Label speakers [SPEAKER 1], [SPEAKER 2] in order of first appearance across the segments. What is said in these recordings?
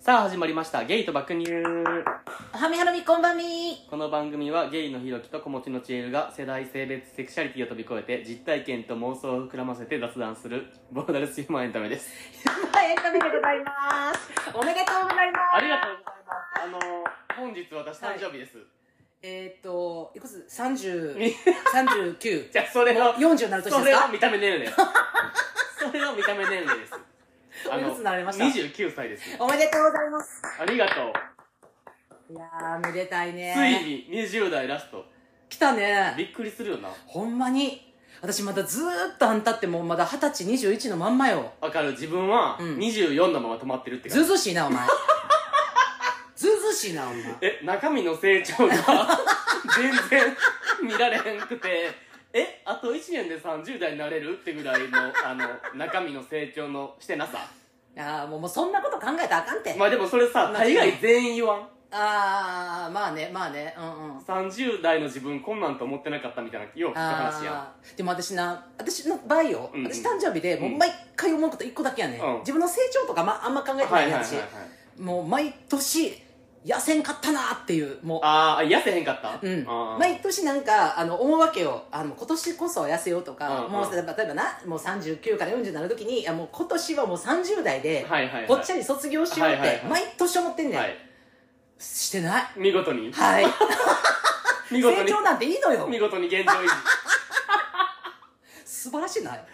[SPEAKER 1] さあ始まりました「ゲイと爆乳」
[SPEAKER 2] はみはろみこんばんみ
[SPEAKER 1] この番組はゲイのひろきと子持ちのちえるが世代性別セクシャリティを飛び越えて実体験と妄想を膨らませて雑談するボーダレスヒューマンエンタメです
[SPEAKER 2] エンタメでございますおめでとうございます
[SPEAKER 1] ありがとうございますあの本日私誕生日です、
[SPEAKER 2] えーっといくつ三十
[SPEAKER 1] み
[SPEAKER 2] 三十九
[SPEAKER 1] じゃあ それの
[SPEAKER 2] 四十になる年
[SPEAKER 1] そ
[SPEAKER 2] です
[SPEAKER 1] れを
[SPEAKER 2] か
[SPEAKER 1] 見た目年齢それを見た目年齢です
[SPEAKER 2] おいくつになられました
[SPEAKER 1] 29歳です
[SPEAKER 2] おめでとうございます
[SPEAKER 1] ありがとう
[SPEAKER 2] いやーめでたいね
[SPEAKER 1] ついに20代ラスト
[SPEAKER 2] 来たね
[SPEAKER 1] びっくりするよな
[SPEAKER 2] ほんまに私まだずーっとあんたってもうまだ二十歳二十一のまんまよ
[SPEAKER 1] わかる自分は
[SPEAKER 2] うん
[SPEAKER 1] 24のまま止まってるって
[SPEAKER 2] ず
[SPEAKER 1] 感
[SPEAKER 2] う
[SPEAKER 1] じ、
[SPEAKER 2] ずうしいな お前ずうずうしいなお前
[SPEAKER 1] え中身の成長が全然見られへんくてえあと1年で30代になれるってぐらいのあの中身の成長のしてなさ
[SPEAKER 2] あーもうもうそんなこと考えたらあかんて、
[SPEAKER 1] まあでもそれさ大概全員言わん
[SPEAKER 2] ああまあねまあねうんうん
[SPEAKER 1] 30代の自分こんなんと思ってなかったみたいなよう聞く話や
[SPEAKER 2] あーでも私な私の場合よ、
[SPEAKER 1] うんうん
[SPEAKER 2] 私誕生日でもううん毎回思うこと一個だけやね、
[SPEAKER 1] うん
[SPEAKER 2] ん、自分の成長とか、まあんま考えて
[SPEAKER 1] は
[SPEAKER 2] ないい
[SPEAKER 1] はいは
[SPEAKER 2] ね、
[SPEAKER 1] い、はい
[SPEAKER 2] 私、、もう毎年痩せんかったなっていうもう
[SPEAKER 1] ああ痩せへんかった
[SPEAKER 2] うん、
[SPEAKER 1] あー
[SPEAKER 2] 毎年なんかあの思うわけよあの今年こそ痩せようとか、
[SPEAKER 1] うんうん
[SPEAKER 2] もう例えば例えばなもう39から40になる時にいやもう今年はもう30代で、
[SPEAKER 1] はいはいはい
[SPEAKER 2] ぽっちゃり卒業しようっ
[SPEAKER 1] はいはい
[SPEAKER 2] て
[SPEAKER 1] はい
[SPEAKER 2] 毎年思ってんねん、
[SPEAKER 1] はい
[SPEAKER 2] してない
[SPEAKER 1] 見事に
[SPEAKER 2] はい
[SPEAKER 1] 見事
[SPEAKER 2] 成
[SPEAKER 1] に
[SPEAKER 2] 長なんていいのよ
[SPEAKER 1] 見事に現状維持
[SPEAKER 2] 素晴らしない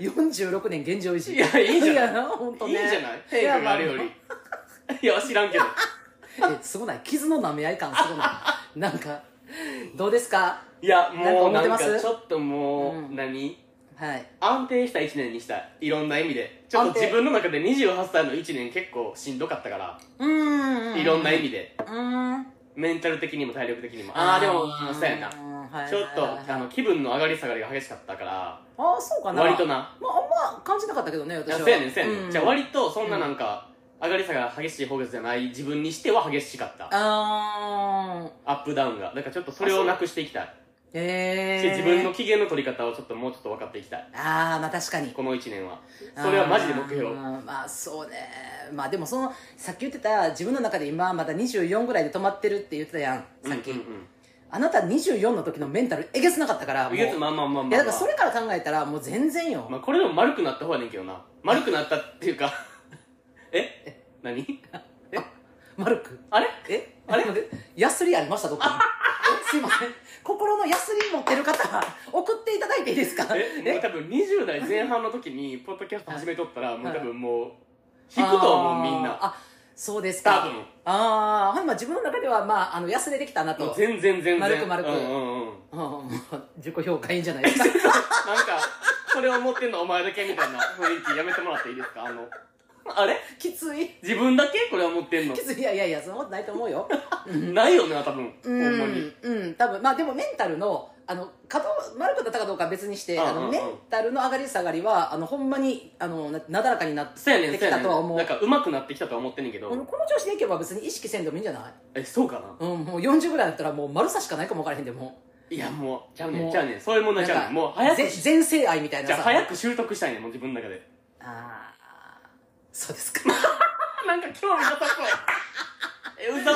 [SPEAKER 2] 46年現状維持
[SPEAKER 1] いやいいじゃない
[SPEAKER 2] や本当
[SPEAKER 1] いい
[SPEAKER 2] ね
[SPEAKER 1] んじゃないテープがあるより。 いや、知らんけど。
[SPEAKER 2] えすごない傷の舐め合い感すご ないなんかどうですか
[SPEAKER 1] いや、もうなんん
[SPEAKER 2] なか思ってます
[SPEAKER 1] かちょっともう、
[SPEAKER 2] うん
[SPEAKER 1] 何
[SPEAKER 2] はい
[SPEAKER 1] 安定した1年にしたい。いろんな意味で。ちょっ
[SPEAKER 2] 安
[SPEAKER 1] と
[SPEAKER 2] 定
[SPEAKER 1] 自分の中で28歳の1年結構しんどかったから、
[SPEAKER 2] うーん
[SPEAKER 1] いろんな
[SPEAKER 2] う
[SPEAKER 1] 意味で。
[SPEAKER 2] ーん
[SPEAKER 1] メンタル的にも体力的にも。ああ、でも、
[SPEAKER 2] ーん
[SPEAKER 1] そうやな。
[SPEAKER 2] はい
[SPEAKER 1] ちょっ
[SPEAKER 2] はいはい
[SPEAKER 1] と、あ
[SPEAKER 2] はい
[SPEAKER 1] の、気分の上がり下がりが激しかったから、
[SPEAKER 2] あそうかな
[SPEAKER 1] 割とな。
[SPEAKER 2] まああんま感じなかったけどね
[SPEAKER 1] い
[SPEAKER 2] 私
[SPEAKER 1] や
[SPEAKER 2] は
[SPEAKER 1] そうやねん、そうやね。
[SPEAKER 2] うん
[SPEAKER 1] じゃあ割と、そんななんか、上がり下がり激しい方月じゃない自分にしては激しかった。
[SPEAKER 2] あー
[SPEAKER 1] アップダウンが。だからちょっとそれをなくしていきたい。
[SPEAKER 2] え
[SPEAKER 1] し
[SPEAKER 2] ー、
[SPEAKER 1] 自分の機嫌の取り方をちょっともうちょっと分かっていきたい。
[SPEAKER 2] ああまあ確かに
[SPEAKER 1] この1年はそれはマジで目標
[SPEAKER 2] あーまあそうねまあでもそのさっき言ってた自分の中で今まだ24ぐらいで止まってるって言ってたやんさっき、
[SPEAKER 1] うんうん
[SPEAKER 2] あなた24の時のメンタルえげつなかったか
[SPEAKER 1] う
[SPEAKER 2] ら
[SPEAKER 1] ん
[SPEAKER 2] もう
[SPEAKER 1] いやまあまあまあまあ、まあ、
[SPEAKER 2] いやだからそれから考えたらもう全然よ、
[SPEAKER 1] まあ、これでも丸くなった方やねんけどな丸くなったっていう かえ何
[SPEAKER 2] マルク
[SPEAKER 1] あれ
[SPEAKER 2] え
[SPEAKER 1] あれ
[SPEAKER 2] 待ってヤスリありましたどっかに えすいません心のヤスリ持ってる方送っていただいていいですか
[SPEAKER 1] えもう多分20代前半の時にポッドキャスト始めとったらもう多分もう引
[SPEAKER 2] あー
[SPEAKER 1] くと思うみんな
[SPEAKER 2] あそうです
[SPEAKER 1] 多
[SPEAKER 2] か
[SPEAKER 1] 分
[SPEAKER 2] ああはいまあ自分の中ではまああのヤスリできたなと、う
[SPEAKER 1] も
[SPEAKER 2] ん
[SPEAKER 1] う、全然全然
[SPEAKER 2] 丸く丸く
[SPEAKER 1] うんうんうん
[SPEAKER 2] もう自己評価いいんじゃな いですか
[SPEAKER 1] なんかそれを持ってんのお前だけみたいな雰囲気やめてもらっていいですかあのあれ
[SPEAKER 2] きつ い
[SPEAKER 1] 自分だけこれは持ってんの
[SPEAKER 2] きついいやいやいやそんなことないと思うよ
[SPEAKER 1] ないよな多分ほ
[SPEAKER 2] うん
[SPEAKER 1] まに
[SPEAKER 2] ん、うん、多分まあでもメンタルのあの可動丸くなったかどうかは別にして、
[SPEAKER 1] うんうん
[SPEAKER 2] あ
[SPEAKER 1] うん
[SPEAKER 2] のメンタルの上がり下がりはあのほんまにあのななだらかになって
[SPEAKER 1] そうやねん
[SPEAKER 2] き
[SPEAKER 1] そうや
[SPEAKER 2] た
[SPEAKER 1] ね
[SPEAKER 2] とは思
[SPEAKER 1] ん
[SPEAKER 2] う
[SPEAKER 1] なんか上手くなってきたとは思ってんねんけど、
[SPEAKER 2] このこの調子でいけば別に意識せんでもいいんじゃない、
[SPEAKER 1] えそうかな
[SPEAKER 2] うん、もう40ぐらいだったらもう丸さしかないかも分からへんでも
[SPEAKER 1] いやもうちゃうね
[SPEAKER 2] も
[SPEAKER 1] ん
[SPEAKER 2] う
[SPEAKER 1] ちゃうねんそういう問
[SPEAKER 2] う
[SPEAKER 1] 題ちゃうねんもう早く
[SPEAKER 2] ぜ
[SPEAKER 1] じ
[SPEAKER 2] 全性愛みたいな
[SPEAKER 1] ゃあ
[SPEAKER 2] さ
[SPEAKER 1] 早く習得したいねんもう自分の中で
[SPEAKER 2] ああそうですか
[SPEAKER 1] あなんか興味なさそう えうざ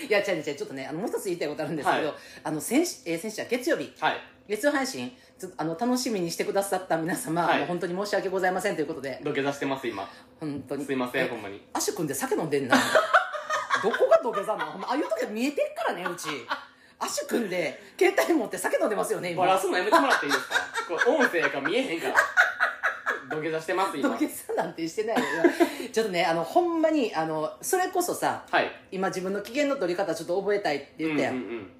[SPEAKER 2] いや違う違うちょっとねあのもう一つ言いたいことあるんですけど、
[SPEAKER 1] は
[SPEAKER 2] あの先週、えー先週は月曜日
[SPEAKER 1] はい
[SPEAKER 2] 月曜配信ちょっとあの楽しみにしてくださった皆様、
[SPEAKER 1] はい
[SPEAKER 2] あの本当に申し訳ございませんということで
[SPEAKER 1] 土下座してます今
[SPEAKER 2] 本当に
[SPEAKER 1] すいませんほ
[SPEAKER 2] え
[SPEAKER 1] んまに
[SPEAKER 2] アシュ君で酒飲んでんな どこが土下座なのほんまああいう時は見えてっからねうちアシュ君で携帯持って酒飲んでますよね
[SPEAKER 1] バ
[SPEAKER 2] 今
[SPEAKER 1] ラすのやめてもらっていいですかこれ音声やから見えへんから土下座してます
[SPEAKER 2] 土
[SPEAKER 1] 今
[SPEAKER 2] 下座なんてしてないよちょっとねあのほんまにあのそれこそさ
[SPEAKER 1] はい
[SPEAKER 2] 今自分の機嫌の取り方ちょっと覚えたいって言ったや、
[SPEAKER 1] うんんうん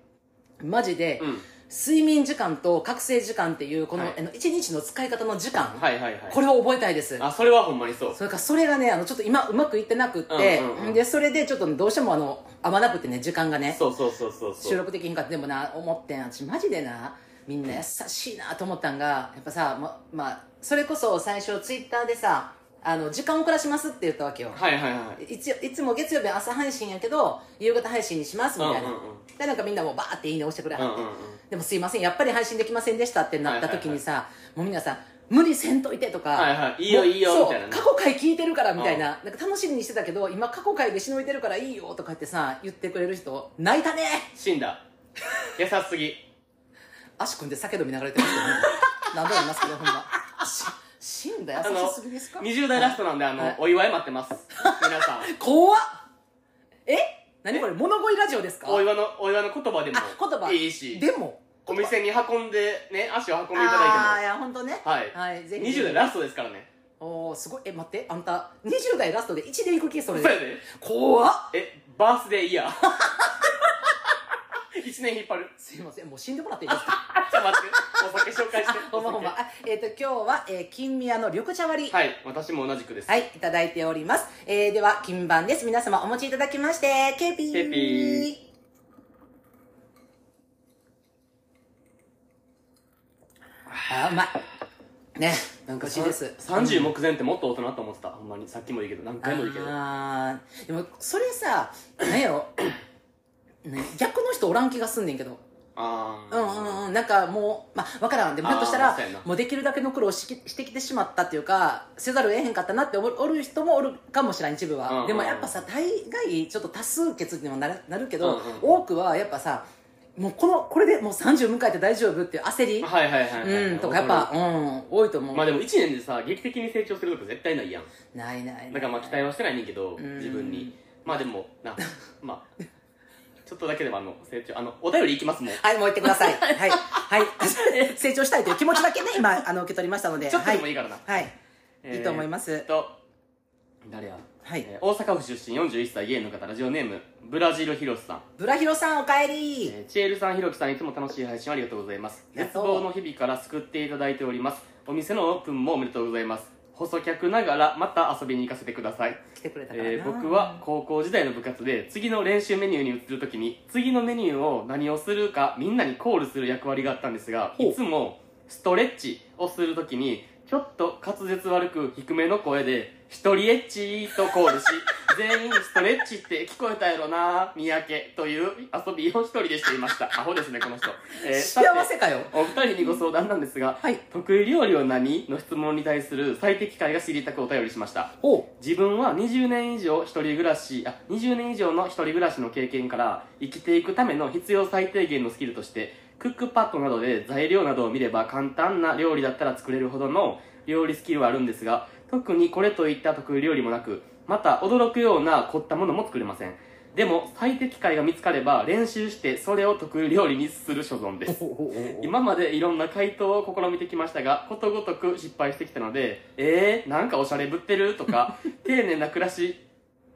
[SPEAKER 2] マジで、
[SPEAKER 1] うん、うん
[SPEAKER 2] 睡眠時間と覚醒時間っていうこの,、
[SPEAKER 1] はい
[SPEAKER 2] あの一日の使い方の時間、
[SPEAKER 1] はいはいはい
[SPEAKER 2] これを覚えたいです
[SPEAKER 1] あそれはほんまにそう
[SPEAKER 2] それからそれがねあのちょっと今うまくいってなくって、
[SPEAKER 1] うんうんうん
[SPEAKER 2] でそれでちょっとどうしてもあの合わなくてね時間がね
[SPEAKER 1] そうそうそうそうそう
[SPEAKER 2] 収録できひんかったでもな思ってん私マジでなみんな優しいなと思ったんがやっぱさままあそれこそ最初ツイッターでさあの時間遅らしますって言ったわけよ、
[SPEAKER 1] はいはいはい
[SPEAKER 2] いついつも月曜日朝配信やけど夕方配信にしますみたいな、
[SPEAKER 1] うんうんうん
[SPEAKER 2] でなんかみんなもうバーっていいね押してくれは
[SPEAKER 1] う
[SPEAKER 2] っ
[SPEAKER 1] ん
[SPEAKER 2] て、
[SPEAKER 1] うんうん
[SPEAKER 2] でもすいませんやっぱり配信できませんでしたってなった時にさ、もうみんなさ無理せんといてとか、
[SPEAKER 1] はいはいいいよ
[SPEAKER 2] もう
[SPEAKER 1] いいよ
[SPEAKER 2] そう
[SPEAKER 1] みたいなね
[SPEAKER 2] 過去回聞いてるからみたいな,、なんか楽しみにしてたけど今過去回でしのいでるからいいよとか言ってさ言ってくれる人泣いたね
[SPEAKER 1] 死んだ優しすぎ
[SPEAKER 2] 足組んで酒飲みながらやってますけどね何度も言いますけどほんまし死んだ優しすぎですか
[SPEAKER 1] 20代ラストなんであの、
[SPEAKER 2] はい
[SPEAKER 1] お祝い待ってます皆さん
[SPEAKER 2] 怖っえ何これ物乞いラジオですか
[SPEAKER 1] お祝いのお祝いの言葉でも
[SPEAKER 2] あ言葉
[SPEAKER 1] いいし
[SPEAKER 2] でも
[SPEAKER 1] お店に運んでね足を運んでいた
[SPEAKER 2] ああー
[SPEAKER 1] だい
[SPEAKER 2] いや本当ね
[SPEAKER 1] はい
[SPEAKER 2] はい、
[SPEAKER 1] て
[SPEAKER 2] ぜ
[SPEAKER 1] も
[SPEAKER 2] ひ
[SPEAKER 1] 20代ラストですからね
[SPEAKER 2] おーすごいえ待ってあんた20代ラストで1でいく気それ
[SPEAKER 1] そうやで
[SPEAKER 2] 怖っ
[SPEAKER 1] えバースデーイヤー1年引っ張る
[SPEAKER 2] すいませんもう死んでもらっていいですか
[SPEAKER 1] あちょっと待ってお酒紹介して
[SPEAKER 2] ほんまほんま
[SPEAKER 1] お
[SPEAKER 2] あえっ、と今日は、えー、金宮の緑茶割り
[SPEAKER 1] 酒はい私も同じくです、
[SPEAKER 2] はい、いただいております。えー、では、金番です。皆様お持ちいただきまして、ケピー。
[SPEAKER 1] ケピー
[SPEAKER 2] あー、うまい。ね、なんか美味しいです。
[SPEAKER 1] さん30目前ってもっと大人と思ってたほんまにさっきもいいけど何回もいいけど
[SPEAKER 2] あーでも、それさ、なんやろ、ね、逆の人おらん気がすんねんけど。
[SPEAKER 1] あ
[SPEAKER 2] う
[SPEAKER 1] あ
[SPEAKER 2] んうんうん、なんかもう、まあ、わからん。でも、ひょっとした
[SPEAKER 1] あー
[SPEAKER 2] ら
[SPEAKER 1] そうやな、
[SPEAKER 2] もうできるだけの苦労をしきしてきてしまったっていうか、せざるを得へんかったなっておるおる人もおるかもしれん、一部
[SPEAKER 1] うんうんう
[SPEAKER 2] は。
[SPEAKER 1] ん
[SPEAKER 2] でもやっぱさ、大概、ちょっと多数決にもなるなるけ
[SPEAKER 1] うん
[SPEAKER 2] ど
[SPEAKER 1] うん、
[SPEAKER 2] 多くはやっぱさ、もうこの、これでもう30迎えて大丈夫っていう焦り、
[SPEAKER 1] はいはいはい、はい、
[SPEAKER 2] うん、とかやっぱ、うん、多いと思う。
[SPEAKER 1] まあでも1年でさ劇的に成長すること絶対ないやん
[SPEAKER 2] ないないない。
[SPEAKER 1] だからまあ期待はしてないねんけど
[SPEAKER 2] ん
[SPEAKER 1] 自分にまあでもな まあちょっとだけでもあの成長あのお便りいきますもん
[SPEAKER 2] はい、もう行ってく ださい。はい。はい。 成長したいという気持ちだけね、今、あの、受け取りましたので。
[SPEAKER 1] ちょっとでもいい
[SPEAKER 2] は
[SPEAKER 1] からな、
[SPEAKER 2] はい。
[SPEAKER 1] えー
[SPEAKER 2] いいと思います
[SPEAKER 1] えっと誰や、
[SPEAKER 2] はい
[SPEAKER 1] えー大阪府出身41歳ゲイの方ラジオネームブラジルヒロシさん、
[SPEAKER 2] ブラヒロさん、おかえり。
[SPEAKER 1] えー、チエルさんヒロキさんいつも楽しい配信ありがとうございます
[SPEAKER 2] あり
[SPEAKER 1] 絶
[SPEAKER 2] がとう
[SPEAKER 1] 望の日々から救っていただいておりますお店のオープンもおめでとうございます細客ながらまた遊びに行かせてください
[SPEAKER 2] 来てくれたからな、
[SPEAKER 1] えー僕は高校時代の部活で次の練習メニューに移るときに次のメニューを何をするかみんなにコールする役割があったんですが
[SPEAKER 2] ほう
[SPEAKER 1] いつもストレッチをするときにちょっと滑舌悪く低めの声で「一人エッチ」とコールし全員ストレッチって聞こえたやろな三宅という遊びを一人でしていましたアホですねこの人、えーさ
[SPEAKER 2] 幸
[SPEAKER 1] て
[SPEAKER 2] せかよ
[SPEAKER 1] お二人にご相談なんですが
[SPEAKER 2] はい
[SPEAKER 1] 得意料理は何の質問に対する最適解が知りたくお便りしました
[SPEAKER 2] おう
[SPEAKER 1] 自分は20年以上一人暮らしあ20年以上の一人暮らしの経験から生きていくための必要最低限のスキルとしてクックパッドなどで材料などを見れば簡単な料理だったら作れるほどの料理スキルはあるんですが特にこれといった得意料理もなくまた驚くような凝ったものも作れませんでも最適解が見つかれば練習してそれを得意料理にする所存です
[SPEAKER 2] 今
[SPEAKER 1] 今までいろんな回答を試みてきましたがことごとく失敗してきたので「えー、なんかおしゃれぶってる?」と か「丁寧な暮らし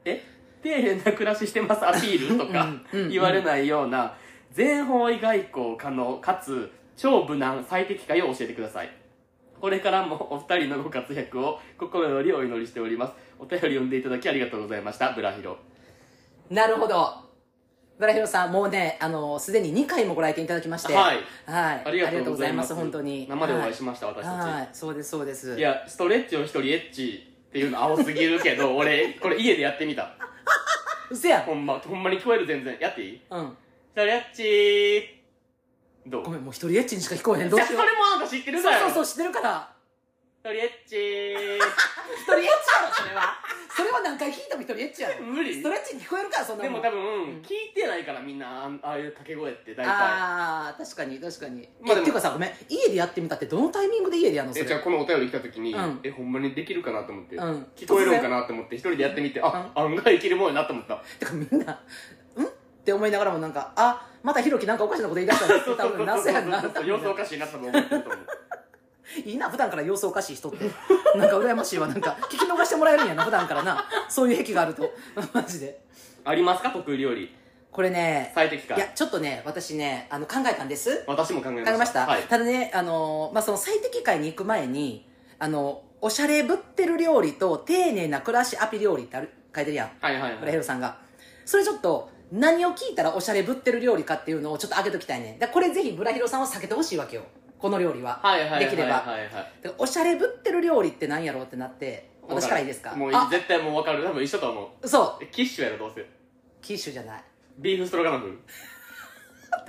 [SPEAKER 1] え丁寧な暮らししてますアピール?」とか
[SPEAKER 2] うんうんうん
[SPEAKER 1] 言われないような全方位外交可能かつ超無難最適解を教えてくださいこれからもお二人のご活躍を心よりお祈りしておりますお便り読んでいただきありがとうございましたブラヒロ
[SPEAKER 2] なるほどブラヒロさんもうねあのすでに2回もご来店いただきまして、
[SPEAKER 1] はいい
[SPEAKER 2] はい、
[SPEAKER 1] ありがとうございます
[SPEAKER 2] ありがとうござ本当に
[SPEAKER 1] 生でお会いし
[SPEAKER 2] ま
[SPEAKER 1] ました、私たち
[SPEAKER 2] はい、そうですそうです
[SPEAKER 1] いや、ストレッチを一人エッチっていうの青すぎるけ ど、俺、これ家でやってみた。
[SPEAKER 2] うせや
[SPEAKER 1] ほんま、ほんまに聞こえる全然。やっていい
[SPEAKER 2] うん
[SPEAKER 1] ストレッチー。どう
[SPEAKER 2] ごめんもう一人エッチにしか聞こえへんどう
[SPEAKER 1] じゃあ
[SPEAKER 2] し
[SPEAKER 1] そ
[SPEAKER 2] よ
[SPEAKER 1] れ
[SPEAKER 2] う
[SPEAKER 1] もなんか知ってる
[SPEAKER 2] そ
[SPEAKER 1] か
[SPEAKER 2] う
[SPEAKER 1] ら。
[SPEAKER 2] そうそうう知ってるから
[SPEAKER 1] 一人エッチ
[SPEAKER 2] 一人エッチやろそれはそれは何回聞いても一人エッチやろ
[SPEAKER 1] ー。無理
[SPEAKER 2] ストレッチに聞こえるからそんな
[SPEAKER 1] で
[SPEAKER 2] もん
[SPEAKER 1] も多分、聞いてないからみんな、あんああいう掛け声って大体。
[SPEAKER 2] ああ確かに確かに、
[SPEAKER 1] まあで
[SPEAKER 2] え
[SPEAKER 1] も
[SPEAKER 2] っていうかさごめん家でやってみたってどのタイミングで家でやるのそ
[SPEAKER 1] え、
[SPEAKER 2] れ
[SPEAKER 1] じゃあこのお便り来た時に、
[SPEAKER 2] うん
[SPEAKER 1] え、ほんまにできるかなと思って、
[SPEAKER 2] うん
[SPEAKER 1] 聞こえるんかなと思って、一人でやってみて、あ、案外いけるもんやなと思った。
[SPEAKER 2] てかみんな「ん?」って思いながらもなんか「あまたひろきなんかおかしなこと言い出したんです」多分なぜやな
[SPEAKER 1] そうそうそう様子おかしいなと思 ってると思う。
[SPEAKER 2] いいな普段から様子おかしい人ってなんか羨ましいわなんか聞き逃してもらえるんやな普段からなそういう癖があるとマジで
[SPEAKER 1] ありますか得意料理。
[SPEAKER 2] これね
[SPEAKER 1] 最適
[SPEAKER 2] いや
[SPEAKER 1] 解。
[SPEAKER 2] ちょっとね私ねあの考えたんです
[SPEAKER 1] 私も考えまし
[SPEAKER 2] 考
[SPEAKER 1] た。
[SPEAKER 2] えました、
[SPEAKER 1] はい。
[SPEAKER 2] ただねあの、まあ、その最適解に行く前にあのおしゃれぶってる料理と丁寧な暮らしアピ料理ってある書いてるやん
[SPEAKER 1] はいはい
[SPEAKER 2] こ
[SPEAKER 1] は
[SPEAKER 2] れ
[SPEAKER 1] い
[SPEAKER 2] ヘ。ロさんがそれちょっと何を聞いたらおしゃれぶってる料理かっていうのをちょっと上げときたいねだからこれぜひブラヒロさんは避けてほしいわけよこの料理は
[SPEAKER 1] はいはいはいはいはい
[SPEAKER 2] できればだからおしゃれぶってる料理って何やろうってなって私からいいですか
[SPEAKER 1] もういい
[SPEAKER 2] あ
[SPEAKER 1] 絶対もう分かる多分一緒と思う
[SPEAKER 2] そう
[SPEAKER 1] えキッシュやろどうせ
[SPEAKER 2] キッシュじゃない
[SPEAKER 1] ビーフストロガノフ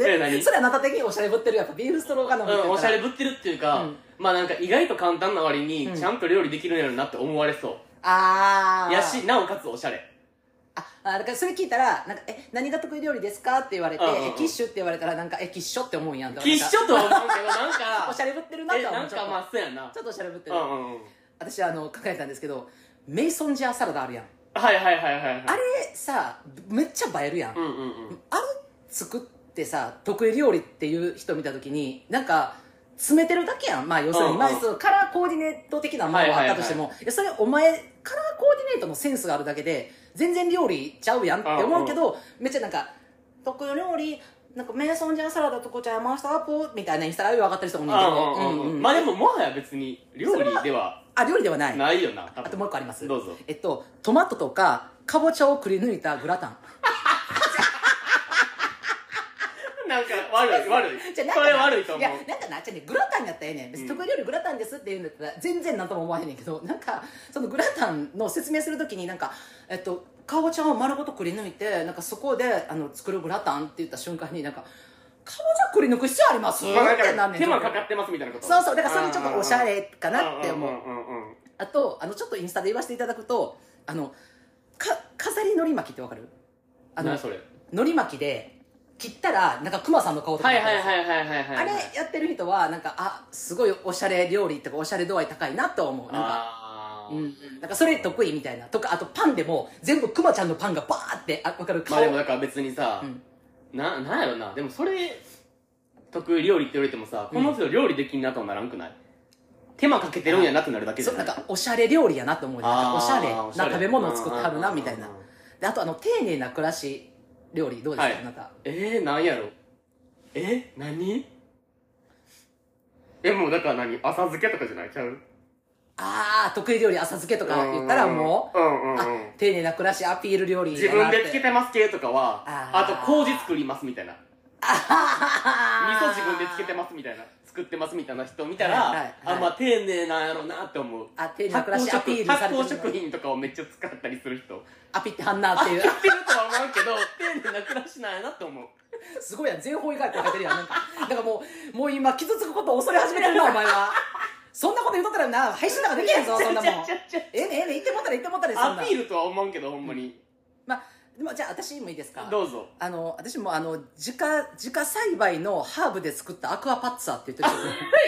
[SPEAKER 1] え
[SPEAKER 2] で
[SPEAKER 1] 何
[SPEAKER 2] それあなた的におしゃれぶってるやっぱビーフストロガノフっ
[SPEAKER 1] う
[SPEAKER 2] て
[SPEAKER 1] ん、
[SPEAKER 2] 言
[SPEAKER 1] お
[SPEAKER 2] っ
[SPEAKER 1] したゃ
[SPEAKER 2] ら
[SPEAKER 1] れぶってるっていうか、
[SPEAKER 2] うん
[SPEAKER 1] まあなんか意外と簡単な割に
[SPEAKER 2] うん
[SPEAKER 1] ちゃんと料理できるんやろなって思われそ
[SPEAKER 2] あ
[SPEAKER 1] う、
[SPEAKER 2] ー
[SPEAKER 1] やしなおかつおしゃれ
[SPEAKER 2] ああだからそれ聞いたら「なんかえ何が得意料理ですか?」って言われて「
[SPEAKER 1] うんうんうん
[SPEAKER 2] えキッシュ」って言われたらなんか「えキッショ」って思うんやんと
[SPEAKER 1] キッショとは思うけどなん
[SPEAKER 2] なんか
[SPEAKER 1] か
[SPEAKER 2] おしゃれぶってるなと
[SPEAKER 1] え
[SPEAKER 2] は思
[SPEAKER 1] な
[SPEAKER 2] うんちょっ
[SPEAKER 1] か
[SPEAKER 2] と、
[SPEAKER 1] まあそうやな
[SPEAKER 2] ちょっとおしゃれぶって
[SPEAKER 1] うん
[SPEAKER 2] る、
[SPEAKER 1] うんうん
[SPEAKER 2] 私あの考えたんですけどメイソンジャーサラダあるやん
[SPEAKER 1] はいはいはいはいはい
[SPEAKER 2] あれさめっちゃ映えるやん、
[SPEAKER 1] うんうんうん
[SPEAKER 2] あれ作ってさ得意料理っていう人見た時になんか詰めてるだけやんまあ要する
[SPEAKER 1] うんう
[SPEAKER 2] に
[SPEAKER 1] ん
[SPEAKER 2] まあそのカラーコーディネート的なものはあったとしても、いやそれお前カラーコーディネートのセンスがあるだけで全然料理ちゃうやんって思うけど、めっちゃなんか得意料理なんかメイソンジャーサラダとこちゃんマスターアップみたいなインスタライブ上がってる人もいるけど、
[SPEAKER 1] うんうんうん
[SPEAKER 2] うんうん
[SPEAKER 1] まあでももはや別に料理では
[SPEAKER 2] あ料理ではない
[SPEAKER 1] ないよな多
[SPEAKER 2] あと
[SPEAKER 1] 分
[SPEAKER 2] もう一個あります
[SPEAKER 1] どうぞ
[SPEAKER 2] えっとトマトとかかぼちゃをくり抜いたグラタン
[SPEAKER 1] なんか悪い悪い
[SPEAKER 2] じゃあなん
[SPEAKER 1] こ
[SPEAKER 2] か
[SPEAKER 1] れ悪いと思
[SPEAKER 2] や
[SPEAKER 1] う
[SPEAKER 2] なんかなじゃあねグラタンやったらええねん別に
[SPEAKER 1] うん
[SPEAKER 2] 得意料理グラタンですって言うんだったら全然なんとも思わへんねんけどなんかそのグラタンの説明するときになんかえっとかぼちゃを丸ごとくり抜いてなんかそこであの作るグラタンって言った瞬間になんかかぼちゃくり抜く必要ありますっ
[SPEAKER 1] まあなんか
[SPEAKER 2] てなんねん
[SPEAKER 1] 手間かかってますみたいなこと
[SPEAKER 2] そうそうだからそれちょっとおしゃれかなって思う
[SPEAKER 1] うんうんうんうん
[SPEAKER 2] あとあのちょっとインスタで言わせていただくとあのか飾りのり巻きってわかるあの
[SPEAKER 1] 何それ
[SPEAKER 2] のり巻きで切ったらなんかクマさんの顔とか
[SPEAKER 1] は
[SPEAKER 2] に
[SPEAKER 1] い
[SPEAKER 2] なって
[SPEAKER 1] は
[SPEAKER 2] る
[SPEAKER 1] い
[SPEAKER 2] やつ
[SPEAKER 1] はいはいはいはい
[SPEAKER 2] あれやってる人はなんかあすごいおしゃれ料理とかおしゃれ度合い高いなと思うなんか
[SPEAKER 1] あ
[SPEAKER 2] う
[SPEAKER 1] ー
[SPEAKER 2] ん、なんかそれ得意みたいなとかあとパンでも全部クマちゃんのパンがバーってあわかる
[SPEAKER 1] ま
[SPEAKER 2] 顔、
[SPEAKER 1] あでもだから別にさ、
[SPEAKER 2] うん
[SPEAKER 1] ななんやろなでもそれ得意料理って言われてもさこの人料理できんなとはならんくない、手間かけてるんやなってなるだけじ
[SPEAKER 2] そ
[SPEAKER 1] ゃ
[SPEAKER 2] う
[SPEAKER 1] な
[SPEAKER 2] ないんかおしゃれ料理やなと思うなんかおしゃれ
[SPEAKER 1] あーおしゃ
[SPEAKER 2] な
[SPEAKER 1] れ
[SPEAKER 2] 食べ物を作ってはるなみたいな
[SPEAKER 1] うんうんうんうん
[SPEAKER 2] であとあの丁寧な暮らし料理どうですか、
[SPEAKER 1] はい
[SPEAKER 2] あなた
[SPEAKER 1] えー、なんやろえ何えもうだから何浅漬けとかじゃないちゃう
[SPEAKER 2] ああ得意料理浅漬けとか言ったらも
[SPEAKER 1] う、うんう
[SPEAKER 2] う、
[SPEAKER 1] んうん
[SPEAKER 2] あ丁寧な暮らしアピール料理
[SPEAKER 1] 自
[SPEAKER 2] やな
[SPEAKER 1] 分
[SPEAKER 2] って
[SPEAKER 1] でつ けてます系とかはあ
[SPEAKER 2] あー
[SPEAKER 1] と麹作りますみたいな
[SPEAKER 2] あはは
[SPEAKER 1] 味
[SPEAKER 2] は
[SPEAKER 1] 噌自分でつけてますみたいな作ってますみたいな人見たら、
[SPEAKER 2] はいはいはい
[SPEAKER 1] あまあ丁寧なんやろうなって思う
[SPEAKER 2] あ丁寧な
[SPEAKER 1] 発
[SPEAKER 2] 暮ら
[SPEAKER 1] 酵
[SPEAKER 2] しアピール
[SPEAKER 1] 食
[SPEAKER 2] され
[SPEAKER 1] 発
[SPEAKER 2] てる
[SPEAKER 1] 酵食品とかをめっちゃ使ったりする人っ
[SPEAKER 2] アピってはんなっていう
[SPEAKER 1] ていうとは思うけど丁寧な暮らしなんやなって思う
[SPEAKER 2] すごいやん、全方位外交かけてるやん。なんか、だからもう、もう今、傷つくことを恐れ始めてるな、お前は。そんなこと言うとったらな、配信なんかできへんぞ、そんなも ん。
[SPEAKER 1] ちゃちゃちゃちゃ
[SPEAKER 2] ええねええね言ってもったら言ってもったらそんな
[SPEAKER 1] アピールとは思うけどほんまに、
[SPEAKER 2] まあ、でもじゃあ私もいいですか
[SPEAKER 1] どうぞ
[SPEAKER 2] あの、私もあの、自家、自家栽培のハーブで作ったアクアパッツァって言 って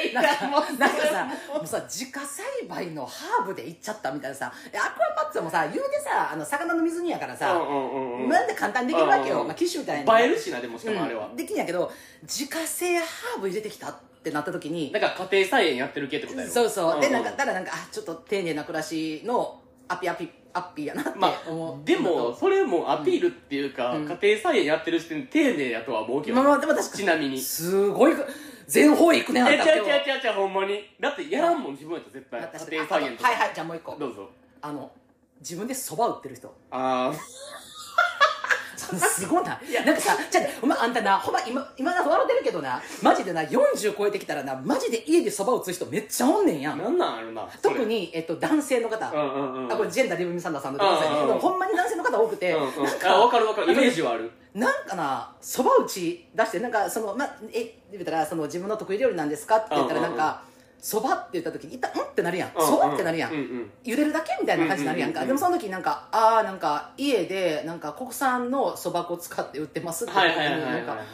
[SPEAKER 2] るなんか、
[SPEAKER 1] もう
[SPEAKER 2] なんかさ、もうさ、自家栽培のハーブでいっちゃったみたいなさ、えアクアパッツァもさ、言うてさ、あの、魚の水煮やから
[SPEAKER 1] う
[SPEAKER 2] さ、
[SPEAKER 1] んうんうんうん
[SPEAKER 2] なんで簡単にできるわ
[SPEAKER 1] う
[SPEAKER 2] け
[SPEAKER 1] んうん
[SPEAKER 2] よ。
[SPEAKER 1] うん
[SPEAKER 2] まあ、キッシュみたいな。
[SPEAKER 1] 映えるしなでもしかもあれは、
[SPEAKER 2] うんできんやけど自家製ハーブ入れてきたってなった時に
[SPEAKER 1] なんか家庭菜園やってる系ってことやろ
[SPEAKER 2] そうそう、
[SPEAKER 1] ん
[SPEAKER 2] でなんかただなんかあちょっと丁寧な暮らしのアピアピアッピーやなって思う、
[SPEAKER 1] まあでもそれもアピールっていうか、
[SPEAKER 2] うん
[SPEAKER 1] 家庭菜園やってる人に丁寧やとは思うけど、
[SPEAKER 2] まあまあでも確かに
[SPEAKER 1] ちなみに
[SPEAKER 2] すごい全方位いくねあんた
[SPEAKER 1] えちゃう
[SPEAKER 2] 今日
[SPEAKER 1] ちゃうちゃうちゃうほんまにだってやらんもん自分やったら
[SPEAKER 2] まあ
[SPEAKER 1] 絶
[SPEAKER 2] 確
[SPEAKER 1] 対家
[SPEAKER 2] かに
[SPEAKER 1] 庭菜園とか
[SPEAKER 2] あはいはいじゃあもう一個
[SPEAKER 1] どうぞ
[SPEAKER 2] あの自分でそば売ってる人
[SPEAKER 1] あ
[SPEAKER 2] す ごないなんかさじゃあねお前あんたなほんま今今な笑ってるけどなマジでな40超えてきたらなマジで家でそば打つ人めっちゃおんねんや
[SPEAKER 1] あ
[SPEAKER 2] ん
[SPEAKER 1] なんなんあるなそれ
[SPEAKER 2] 特に、えっと、男性の方、
[SPEAKER 1] うんうんうん
[SPEAKER 2] あこれジェンダーリブミサンダーさんの方です
[SPEAKER 1] うんう
[SPEAKER 2] ね
[SPEAKER 1] ん
[SPEAKER 2] でもほんまに男性の方多くて、
[SPEAKER 1] うんうん
[SPEAKER 2] な
[SPEAKER 1] あ
[SPEAKER 2] ん
[SPEAKER 1] 分
[SPEAKER 2] か
[SPEAKER 1] かる分かるイメージはある
[SPEAKER 2] なんかなそば打ち出してなんかそのまあえ言ったらその自分の得意料理なんですかって言ったら
[SPEAKER 1] うん
[SPEAKER 2] な
[SPEAKER 1] うんうんん
[SPEAKER 2] かそばって言った時にいったんってなるやん
[SPEAKER 1] うんうん
[SPEAKER 2] そばってなるやん
[SPEAKER 1] うんうん
[SPEAKER 2] 茹でるだけみたいな感じになるやんか、
[SPEAKER 1] うんうんうんうん
[SPEAKER 2] でもその時になんかああなんか家でなんか国産のそば粉使って売ってますって言っ
[SPEAKER 1] はい
[SPEAKER 2] た
[SPEAKER 1] はい
[SPEAKER 2] 時
[SPEAKER 1] はい
[SPEAKER 2] に
[SPEAKER 1] は
[SPEAKER 2] ないん
[SPEAKER 1] はい
[SPEAKER 2] か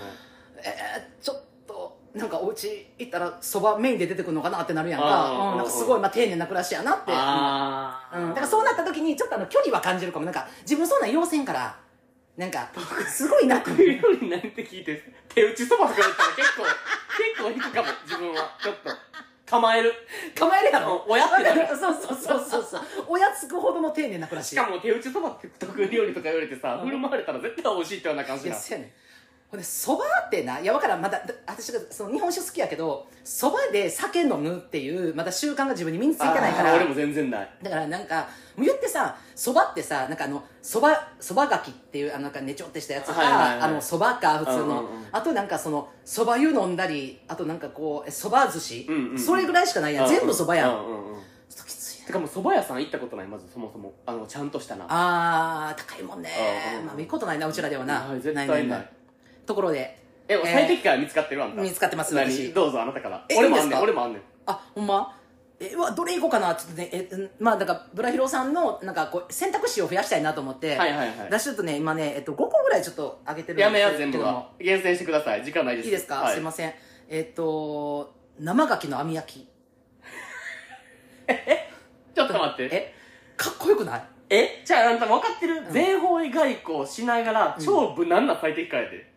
[SPEAKER 2] えー、ちょっとなんかお家行ったらそばメインで出てくるのかなってなるやんか、
[SPEAKER 1] うんうんうん
[SPEAKER 2] うん、なんかすごいまあ丁寧な暮らしやなって
[SPEAKER 1] あ
[SPEAKER 2] うん、
[SPEAKER 1] あ
[SPEAKER 2] だからそうなった時にちょっとあの距離は感じるかもなんか自分そんなん要せんからなん かすごいなって
[SPEAKER 1] 得意料理なんて聞いて手打ちそばとか言ったら結構結構引くかも自分はちょっと構える
[SPEAKER 2] 構えるやろ
[SPEAKER 1] うんおやってなる
[SPEAKER 2] そうそうそうそうそうおやつくほどの丁寧な暮らし
[SPEAKER 1] しかも手打ちそばって得意料理とか言われてさ振る舞われたら絶対美味しいってような感
[SPEAKER 2] い
[SPEAKER 1] じ
[SPEAKER 2] や
[SPEAKER 1] な
[SPEAKER 2] そうやねんほんでそばってないやわからんまだだ私がその日本酒好きやけどそばで酒飲むっていうまだ習慣が自分に身についてないか
[SPEAKER 1] あー
[SPEAKER 2] ら
[SPEAKER 1] 俺も全然ない
[SPEAKER 2] だからなんかもう言ってさそばってさなんかあのそばそばがきっていうあのなんかねちょってしたやつか、
[SPEAKER 1] はいはいはい
[SPEAKER 2] あのそばか普通の、
[SPEAKER 1] うんうんうん
[SPEAKER 2] あとなんかそのそば湯飲んだりあとなんかこうえそば寿司、
[SPEAKER 1] うんうんうん
[SPEAKER 2] それぐらいしかないやん、全部そばやん、ちょっときつい
[SPEAKER 1] てかもう蕎麦屋さん行ったことないまずそもそもあのちゃんとしたな
[SPEAKER 2] あー高いもんね
[SPEAKER 1] あー
[SPEAKER 2] まあ見ることないなうちらではな、
[SPEAKER 1] はい絶対ない
[SPEAKER 2] ところで
[SPEAKER 1] え
[SPEAKER 2] ー
[SPEAKER 1] 最適から見つかってるあんた
[SPEAKER 2] 見つかってます
[SPEAKER 1] 何
[SPEAKER 2] 私
[SPEAKER 1] どうぞあなたから
[SPEAKER 2] え
[SPEAKER 1] 俺も
[SPEAKER 2] いい
[SPEAKER 1] あ
[SPEAKER 2] ん
[SPEAKER 1] ん
[SPEAKER 2] で
[SPEAKER 1] ね
[SPEAKER 2] す
[SPEAKER 1] ん
[SPEAKER 2] か
[SPEAKER 1] 俺もあんねん
[SPEAKER 2] あほんまえうわどれ行こうかなちょっとねえうんまあだからブラヒロさんのなんかこう選択肢を増やしたいなと思って、
[SPEAKER 1] はいはいはい
[SPEAKER 2] 出しちょっとね今ね、えっと、5個ぐらいちょっと上げてるんです
[SPEAKER 1] や
[SPEAKER 2] け
[SPEAKER 1] め
[SPEAKER 2] ど
[SPEAKER 1] や全部は厳選してください時間ないです
[SPEAKER 2] いいですか、
[SPEAKER 1] はい
[SPEAKER 2] すいませんえっと生牡蠣の網焼き
[SPEAKER 1] ちょっと待って
[SPEAKER 2] えかっこよくない
[SPEAKER 1] えじゃああんた分かってる
[SPEAKER 2] ん
[SPEAKER 1] 全方位外交しながら
[SPEAKER 2] うん
[SPEAKER 1] 超無難な最適化やで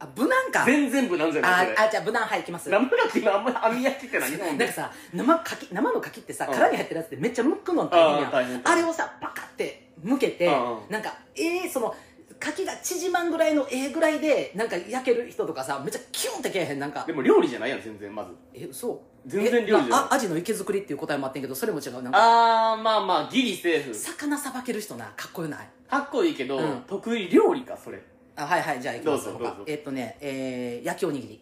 [SPEAKER 2] あ無難か
[SPEAKER 1] 全然無難じゃない
[SPEAKER 2] あ
[SPEAKER 1] それ
[SPEAKER 2] あじゃあ無難はいいきます
[SPEAKER 1] 生牡蠣のあんま網焼きって何
[SPEAKER 2] なんかさ生かき生のかきってさ
[SPEAKER 1] うん
[SPEAKER 2] 殻に入ってるやつってめっちゃむくの大変やん
[SPEAKER 1] あー大変
[SPEAKER 2] あれをさパカってむけて
[SPEAKER 1] うんうん
[SPEAKER 2] なんかええそのかきが縮まんぐらいのええぐらいでなんか焼ける人とかさめっちゃキュンってけえへんなんか
[SPEAKER 1] でも料理じゃないやん全然まず
[SPEAKER 2] えそう
[SPEAKER 1] 全然料理じゃない
[SPEAKER 2] あアジの池作りっていう答えもあってんけどそれも違うなんか
[SPEAKER 1] あーまあまあギリセーフ
[SPEAKER 2] 魚さばける人なかっこよない
[SPEAKER 1] かっこいいけど、
[SPEAKER 2] うん
[SPEAKER 1] 得意料理かそれ
[SPEAKER 2] あはいはいじゃあ行きます
[SPEAKER 1] どうぞ
[SPEAKER 2] 他
[SPEAKER 1] どうぞ
[SPEAKER 2] えっとねえー、焼きおにぎり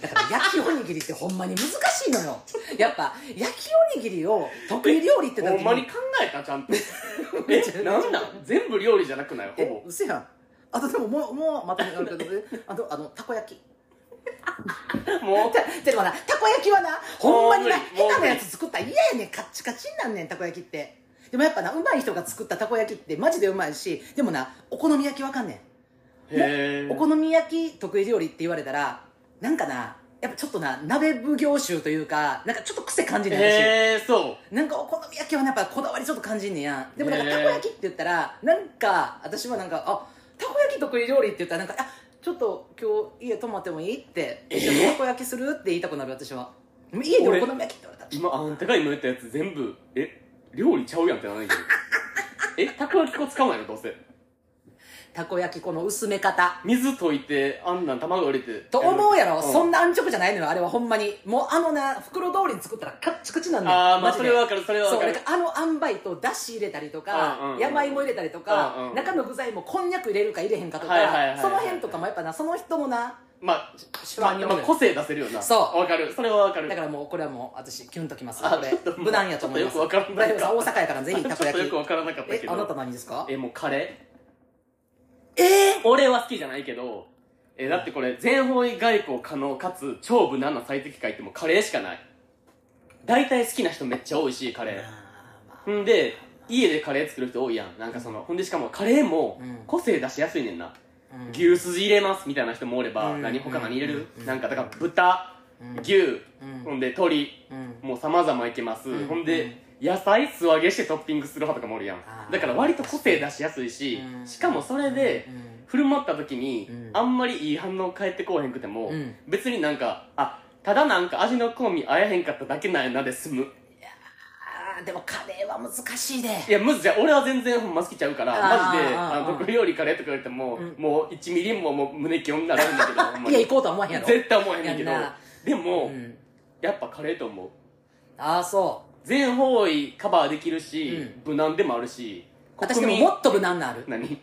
[SPEAKER 2] だから焼きおにぎりってほんまに難しいのよやっぱ焼きおにぎりを得意料理ってな
[SPEAKER 1] ほ
[SPEAKER 2] る
[SPEAKER 1] んまに考えたちゃんと えなんなん全部料理じゃなくないほ
[SPEAKER 2] え
[SPEAKER 1] ぼ
[SPEAKER 2] うせやんあとでももうもうまたある けどねあとあのたこ焼き
[SPEAKER 1] も
[SPEAKER 2] たちょっと待ってたこ焼きはなほんまにな
[SPEAKER 1] もう無理もう無理
[SPEAKER 2] 下手なやつ作ったら嫌やねんカッチカチになんねんたこ焼きってでもやっぱなうまい人が作ったたこ焼きってマジでうまいしでもなお好み焼きわかんねん
[SPEAKER 1] うへ
[SPEAKER 2] お
[SPEAKER 1] え
[SPEAKER 2] 好み焼き得意料理って言われたらなんかなやっぱちょっとな鍋奉行臭というかなんかちょっと癖感じないし、
[SPEAKER 1] へえそう
[SPEAKER 2] なんかお好み焼きはねやっぱこだわりちょっと感じんねやでもなんか
[SPEAKER 1] へー
[SPEAKER 2] たこ焼きって言ったらなんか私はなんかあたこ焼き得意料理って言ったらなんかあちょっと今日家泊まってもいいって
[SPEAKER 1] えー
[SPEAKER 2] ちょっとたこ焼きするって言いたくなる私は家でお
[SPEAKER 1] 俺
[SPEAKER 2] 好み焼きって言われたら
[SPEAKER 1] 今あんたが今言ったやつ全部え料理ちゃうやんってならな いけどえたこ焼き粉使わないのどうせ
[SPEAKER 2] たこ焼きこの薄め方
[SPEAKER 1] 水溶いてあんなん卵入れて
[SPEAKER 2] と思うやろ、
[SPEAKER 1] ん
[SPEAKER 2] そんな安直じゃないのよあれはほんまにもうあのな袋通りに作ったらカッチカチなんだよ
[SPEAKER 1] ああま
[SPEAKER 2] マ
[SPEAKER 1] あ
[SPEAKER 2] ジ
[SPEAKER 1] そ
[SPEAKER 2] で
[SPEAKER 1] れは分かるそれは
[SPEAKER 2] そ
[SPEAKER 1] 分か
[SPEAKER 2] うなん
[SPEAKER 1] る
[SPEAKER 2] かあの塩梅とだし入れたりと
[SPEAKER 1] うんうん
[SPEAKER 2] か
[SPEAKER 1] うん
[SPEAKER 2] 山芋入れたりと
[SPEAKER 1] うん
[SPEAKER 2] か
[SPEAKER 1] うん
[SPEAKER 2] 中の具材もこんにゃく入れるか入れへんかと
[SPEAKER 1] はいはいはいは
[SPEAKER 2] か
[SPEAKER 1] い
[SPEAKER 2] その辺とかもやっぱなその人もな
[SPEAKER 1] まあ
[SPEAKER 2] 手
[SPEAKER 1] まあ
[SPEAKER 2] 腕に
[SPEAKER 1] まあ個性出せるよな
[SPEAKER 2] そう
[SPEAKER 1] 分かるそれは分かる
[SPEAKER 2] だからもうこれはもう私キュンときます
[SPEAKER 1] あ
[SPEAKER 2] これ
[SPEAKER 1] ちょっともう
[SPEAKER 2] 無難やと思います
[SPEAKER 1] ちょっとよくわからん
[SPEAKER 2] 大丈夫です大阪やからぜひたこ
[SPEAKER 1] ちょっ
[SPEAKER 2] 焼
[SPEAKER 1] とよ
[SPEAKER 2] き
[SPEAKER 1] く分からなかった
[SPEAKER 2] え
[SPEAKER 1] けど
[SPEAKER 2] あなた何ですか
[SPEAKER 1] えもうカレ
[SPEAKER 2] え
[SPEAKER 1] ー俺は好きじゃないけどえだってこれ全方位外交可能かつ超無難な最適解ってもうカレーしかない大体好きな人めっちゃ多いしカレーほんで家でカレー作る人多いやんなんかその、ほんでしかもカレーも
[SPEAKER 2] うん
[SPEAKER 1] 個性出しやすいねんな、
[SPEAKER 2] うん
[SPEAKER 1] 牛すじ入れますみたいな人もおれば、
[SPEAKER 2] うん
[SPEAKER 1] 何他何入れる、
[SPEAKER 2] うん
[SPEAKER 1] なんかだから豚、
[SPEAKER 2] うん
[SPEAKER 1] 牛、
[SPEAKER 2] うん
[SPEAKER 1] ほんで鶏
[SPEAKER 2] うん
[SPEAKER 1] もう様々いけます、
[SPEAKER 2] うん
[SPEAKER 1] ほんで野菜素揚げしてトッピングする派とかもおるやん
[SPEAKER 2] あー
[SPEAKER 1] だから割と個性出しやすいし、
[SPEAKER 2] うん
[SPEAKER 1] しかもそれで振る舞った時に、
[SPEAKER 2] うん
[SPEAKER 1] あんまりいい反応返ってこうへんくても、
[SPEAKER 2] うん
[SPEAKER 1] 別になんかあただなんか味の好み合えへんかっただけなんやなで済む
[SPEAKER 2] あーでもカレーは難しいで
[SPEAKER 1] いや、まずじゃあ俺は全然ほんま好きちゃうから、
[SPEAKER 2] あー
[SPEAKER 1] マジで、
[SPEAKER 2] あー
[SPEAKER 1] あ
[SPEAKER 2] あー
[SPEAKER 1] の、得意料理カレーとか言われても、
[SPEAKER 2] うん
[SPEAKER 1] もう1ミリももう胸キュンにならんだけど、ほんまに
[SPEAKER 2] いや行こうとは思わへんやろ
[SPEAKER 1] 絶対思えへんねんけど
[SPEAKER 2] やんな。
[SPEAKER 1] でも、
[SPEAKER 2] うん
[SPEAKER 1] やっぱカレーと思う。
[SPEAKER 2] ああそう
[SPEAKER 1] 全方位カバーできるし、
[SPEAKER 2] うん
[SPEAKER 1] 無難でもあるし、
[SPEAKER 2] 私でももっと無難なある
[SPEAKER 1] 何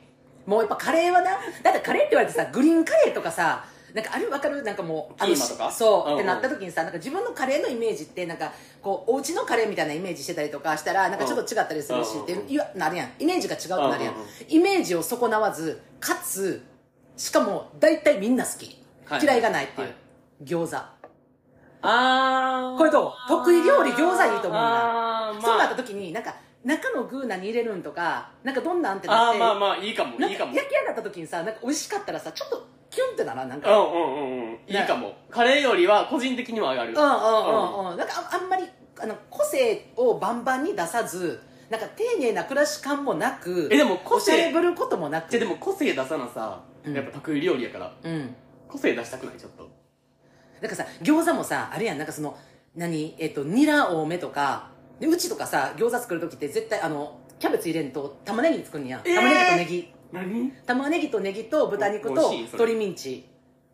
[SPEAKER 2] もうやっぱカレーはなだってカレーって言われてさグリーンカレーとかさなんかあれわかるなんかもうあの
[SPEAKER 1] キーマとか
[SPEAKER 2] そう、
[SPEAKER 1] うんうん
[SPEAKER 2] ってなった時にさなんか自分のカレーのイメージってなんかこうお家のカレーみたいなイメージしてたりとかしたらなんかちょっと違ったりするし
[SPEAKER 1] うん
[SPEAKER 2] って
[SPEAKER 1] うんうん
[SPEAKER 2] いわなるやんイメージが違うとなるやん
[SPEAKER 1] うんうんうん
[SPEAKER 2] イメージを損なわずかつしかも大体みんな好き
[SPEAKER 1] はい
[SPEAKER 2] 嫌いがないっていう、
[SPEAKER 1] はい
[SPEAKER 2] 餃子
[SPEAKER 1] あー。
[SPEAKER 2] これどう得意料理餃子いいと思うな
[SPEAKER 1] な。あー、
[SPEAKER 2] そ
[SPEAKER 1] ま
[SPEAKER 2] うなっ
[SPEAKER 1] あ
[SPEAKER 2] た。時になんか中の具何入れるんとかなんかどんなんってなっ
[SPEAKER 1] あ
[SPEAKER 2] て
[SPEAKER 1] ーまあまあ、いいかも、
[SPEAKER 2] なん
[SPEAKER 1] いい
[SPEAKER 2] か
[SPEAKER 1] かも。
[SPEAKER 2] 焼き上がった時にさなんか美味しかったらさちょっとキュンってならんなん
[SPEAKER 1] う
[SPEAKER 2] か
[SPEAKER 1] んうんうんうん。いいかも。カレーよりは個人的には上がる。
[SPEAKER 2] うんうんうんうんなんかああんまりあの個性をバンバンに出さずなんか丁寧な暮らし感もなく
[SPEAKER 1] え、でも個
[SPEAKER 2] おしゃれ
[SPEAKER 1] 性、
[SPEAKER 2] ぶることもなく
[SPEAKER 1] じゃあでも個性出さなさ、
[SPEAKER 2] うん
[SPEAKER 1] やっぱ得意料理やから。
[SPEAKER 2] うん
[SPEAKER 1] 個性出したくないちょっと
[SPEAKER 2] なんかさ餃子もさあれやんなんかその何えっとニラ多めとかでうちとかさ餃子作る時って絶対あのキャベツ入れんと玉ねぎ作んねやん、
[SPEAKER 1] えー
[SPEAKER 2] 玉ねぎとネギ
[SPEAKER 1] 何
[SPEAKER 2] 玉ねぎとネギと豚肉
[SPEAKER 1] お
[SPEAKER 2] と
[SPEAKER 1] 美味しいそれ
[SPEAKER 2] 鶏ミンチ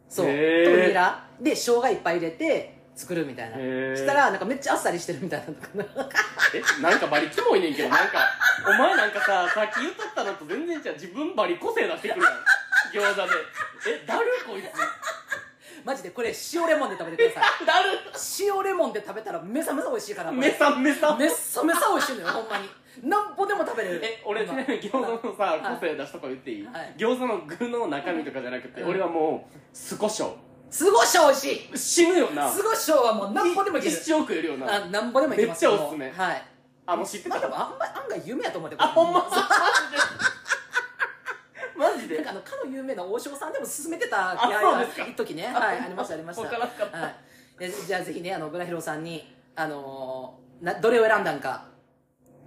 [SPEAKER 2] そうと
[SPEAKER 1] へー
[SPEAKER 2] ニラで生姜いっぱい入れて作るみたいな
[SPEAKER 1] へー
[SPEAKER 2] したらなんかめっちゃあっさりしてるみたいなのとかな
[SPEAKER 1] えなんかバリキモいねんけどなんかお前なんかささっき言っとったのと全然違う自分バリ個性出してくるやん餃子でえだるこいつ
[SPEAKER 2] マジでこれ塩レモンで食べてください塩レモンで食べたらめさめさ美味しいからこ
[SPEAKER 1] め
[SPEAKER 2] れ
[SPEAKER 1] さめさ
[SPEAKER 2] めっさめさ美味しいのよほんまになんぼでも食べれる
[SPEAKER 1] え俺ち
[SPEAKER 2] ほん
[SPEAKER 1] な
[SPEAKER 2] ま
[SPEAKER 1] みに餃子の
[SPEAKER 2] は
[SPEAKER 1] さ
[SPEAKER 2] い
[SPEAKER 1] 個性出しとこ言っていい、
[SPEAKER 2] はい
[SPEAKER 1] 餃子の具の中身とかじゃなくて、
[SPEAKER 2] うん
[SPEAKER 1] 俺はもう酢胡椒
[SPEAKER 2] 酢ごしょう美味しい
[SPEAKER 1] 死ぬよな
[SPEAKER 2] 酢ごしょうはもうなんぼでもいけ
[SPEAKER 1] 一
[SPEAKER 2] る
[SPEAKER 1] 生食えるよな
[SPEAKER 2] あなんぼでもいけます
[SPEAKER 1] めっちゃおすすめ
[SPEAKER 2] もうはい
[SPEAKER 1] あもう知って
[SPEAKER 2] まあ
[SPEAKER 1] た
[SPEAKER 2] でもあんま案外夢やと思って
[SPEAKER 1] あほんま
[SPEAKER 2] そう
[SPEAKER 1] マジ
[SPEAKER 2] なん
[SPEAKER 1] で
[SPEAKER 2] かあのかの有名な王将さんでも勧めてた
[SPEAKER 1] あそうですか
[SPEAKER 2] 一時ね
[SPEAKER 1] あ
[SPEAKER 2] はい
[SPEAKER 1] ほんま
[SPEAKER 2] ありましたありました
[SPEAKER 1] わからんかった
[SPEAKER 2] はいでじゃあぜひねあのブラヒロさんにあのーなどれを選んだんか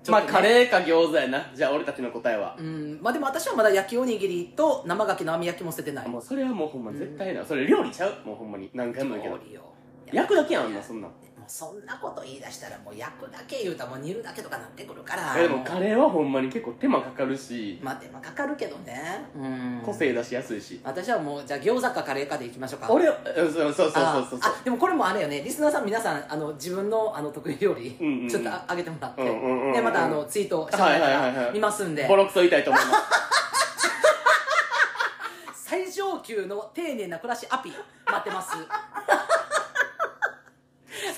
[SPEAKER 1] まあ
[SPEAKER 2] ちょっとね
[SPEAKER 1] カレーか餃子やなじゃあ俺たちの答えは
[SPEAKER 2] う、んまあでも私はまだ焼きおにぎりと生牡蠣の網焼きも捨ててない
[SPEAKER 1] もうそれはもうほんま絶対な、それ料理ちゃうもうほんまに何回も言うけど
[SPEAKER 2] 料理を
[SPEAKER 1] 焼くだけやんあん
[SPEAKER 2] も
[SPEAKER 1] な
[SPEAKER 2] う
[SPEAKER 1] そんなん
[SPEAKER 2] そんなこと言い出したらもう焼くだけ言うたらもう煮るだけとかなってくるから
[SPEAKER 1] えでもカレーはほんまに結構手間かかるし、
[SPEAKER 2] まあ手間かかるけどねうん
[SPEAKER 1] 個性出しやすいし、
[SPEAKER 2] 私はもうじゃあ餃子かカレーかでいきましょうか
[SPEAKER 1] 俺うんそうそうそうそうそう
[SPEAKER 2] ああでもこれもあれよねリスナーさん皆さんあの自分のあの得意料理、
[SPEAKER 1] うんうんうん
[SPEAKER 2] ちょっとあ上げてもらって、
[SPEAKER 1] うんうんうんうん
[SPEAKER 2] でまたあのツイートしてもらえた
[SPEAKER 1] はいはいはいは
[SPEAKER 2] ら
[SPEAKER 1] い
[SPEAKER 2] 見ますんで、
[SPEAKER 1] ボロクソ言いたいと思います
[SPEAKER 2] 最上級の丁寧な暮らしアピ待ってます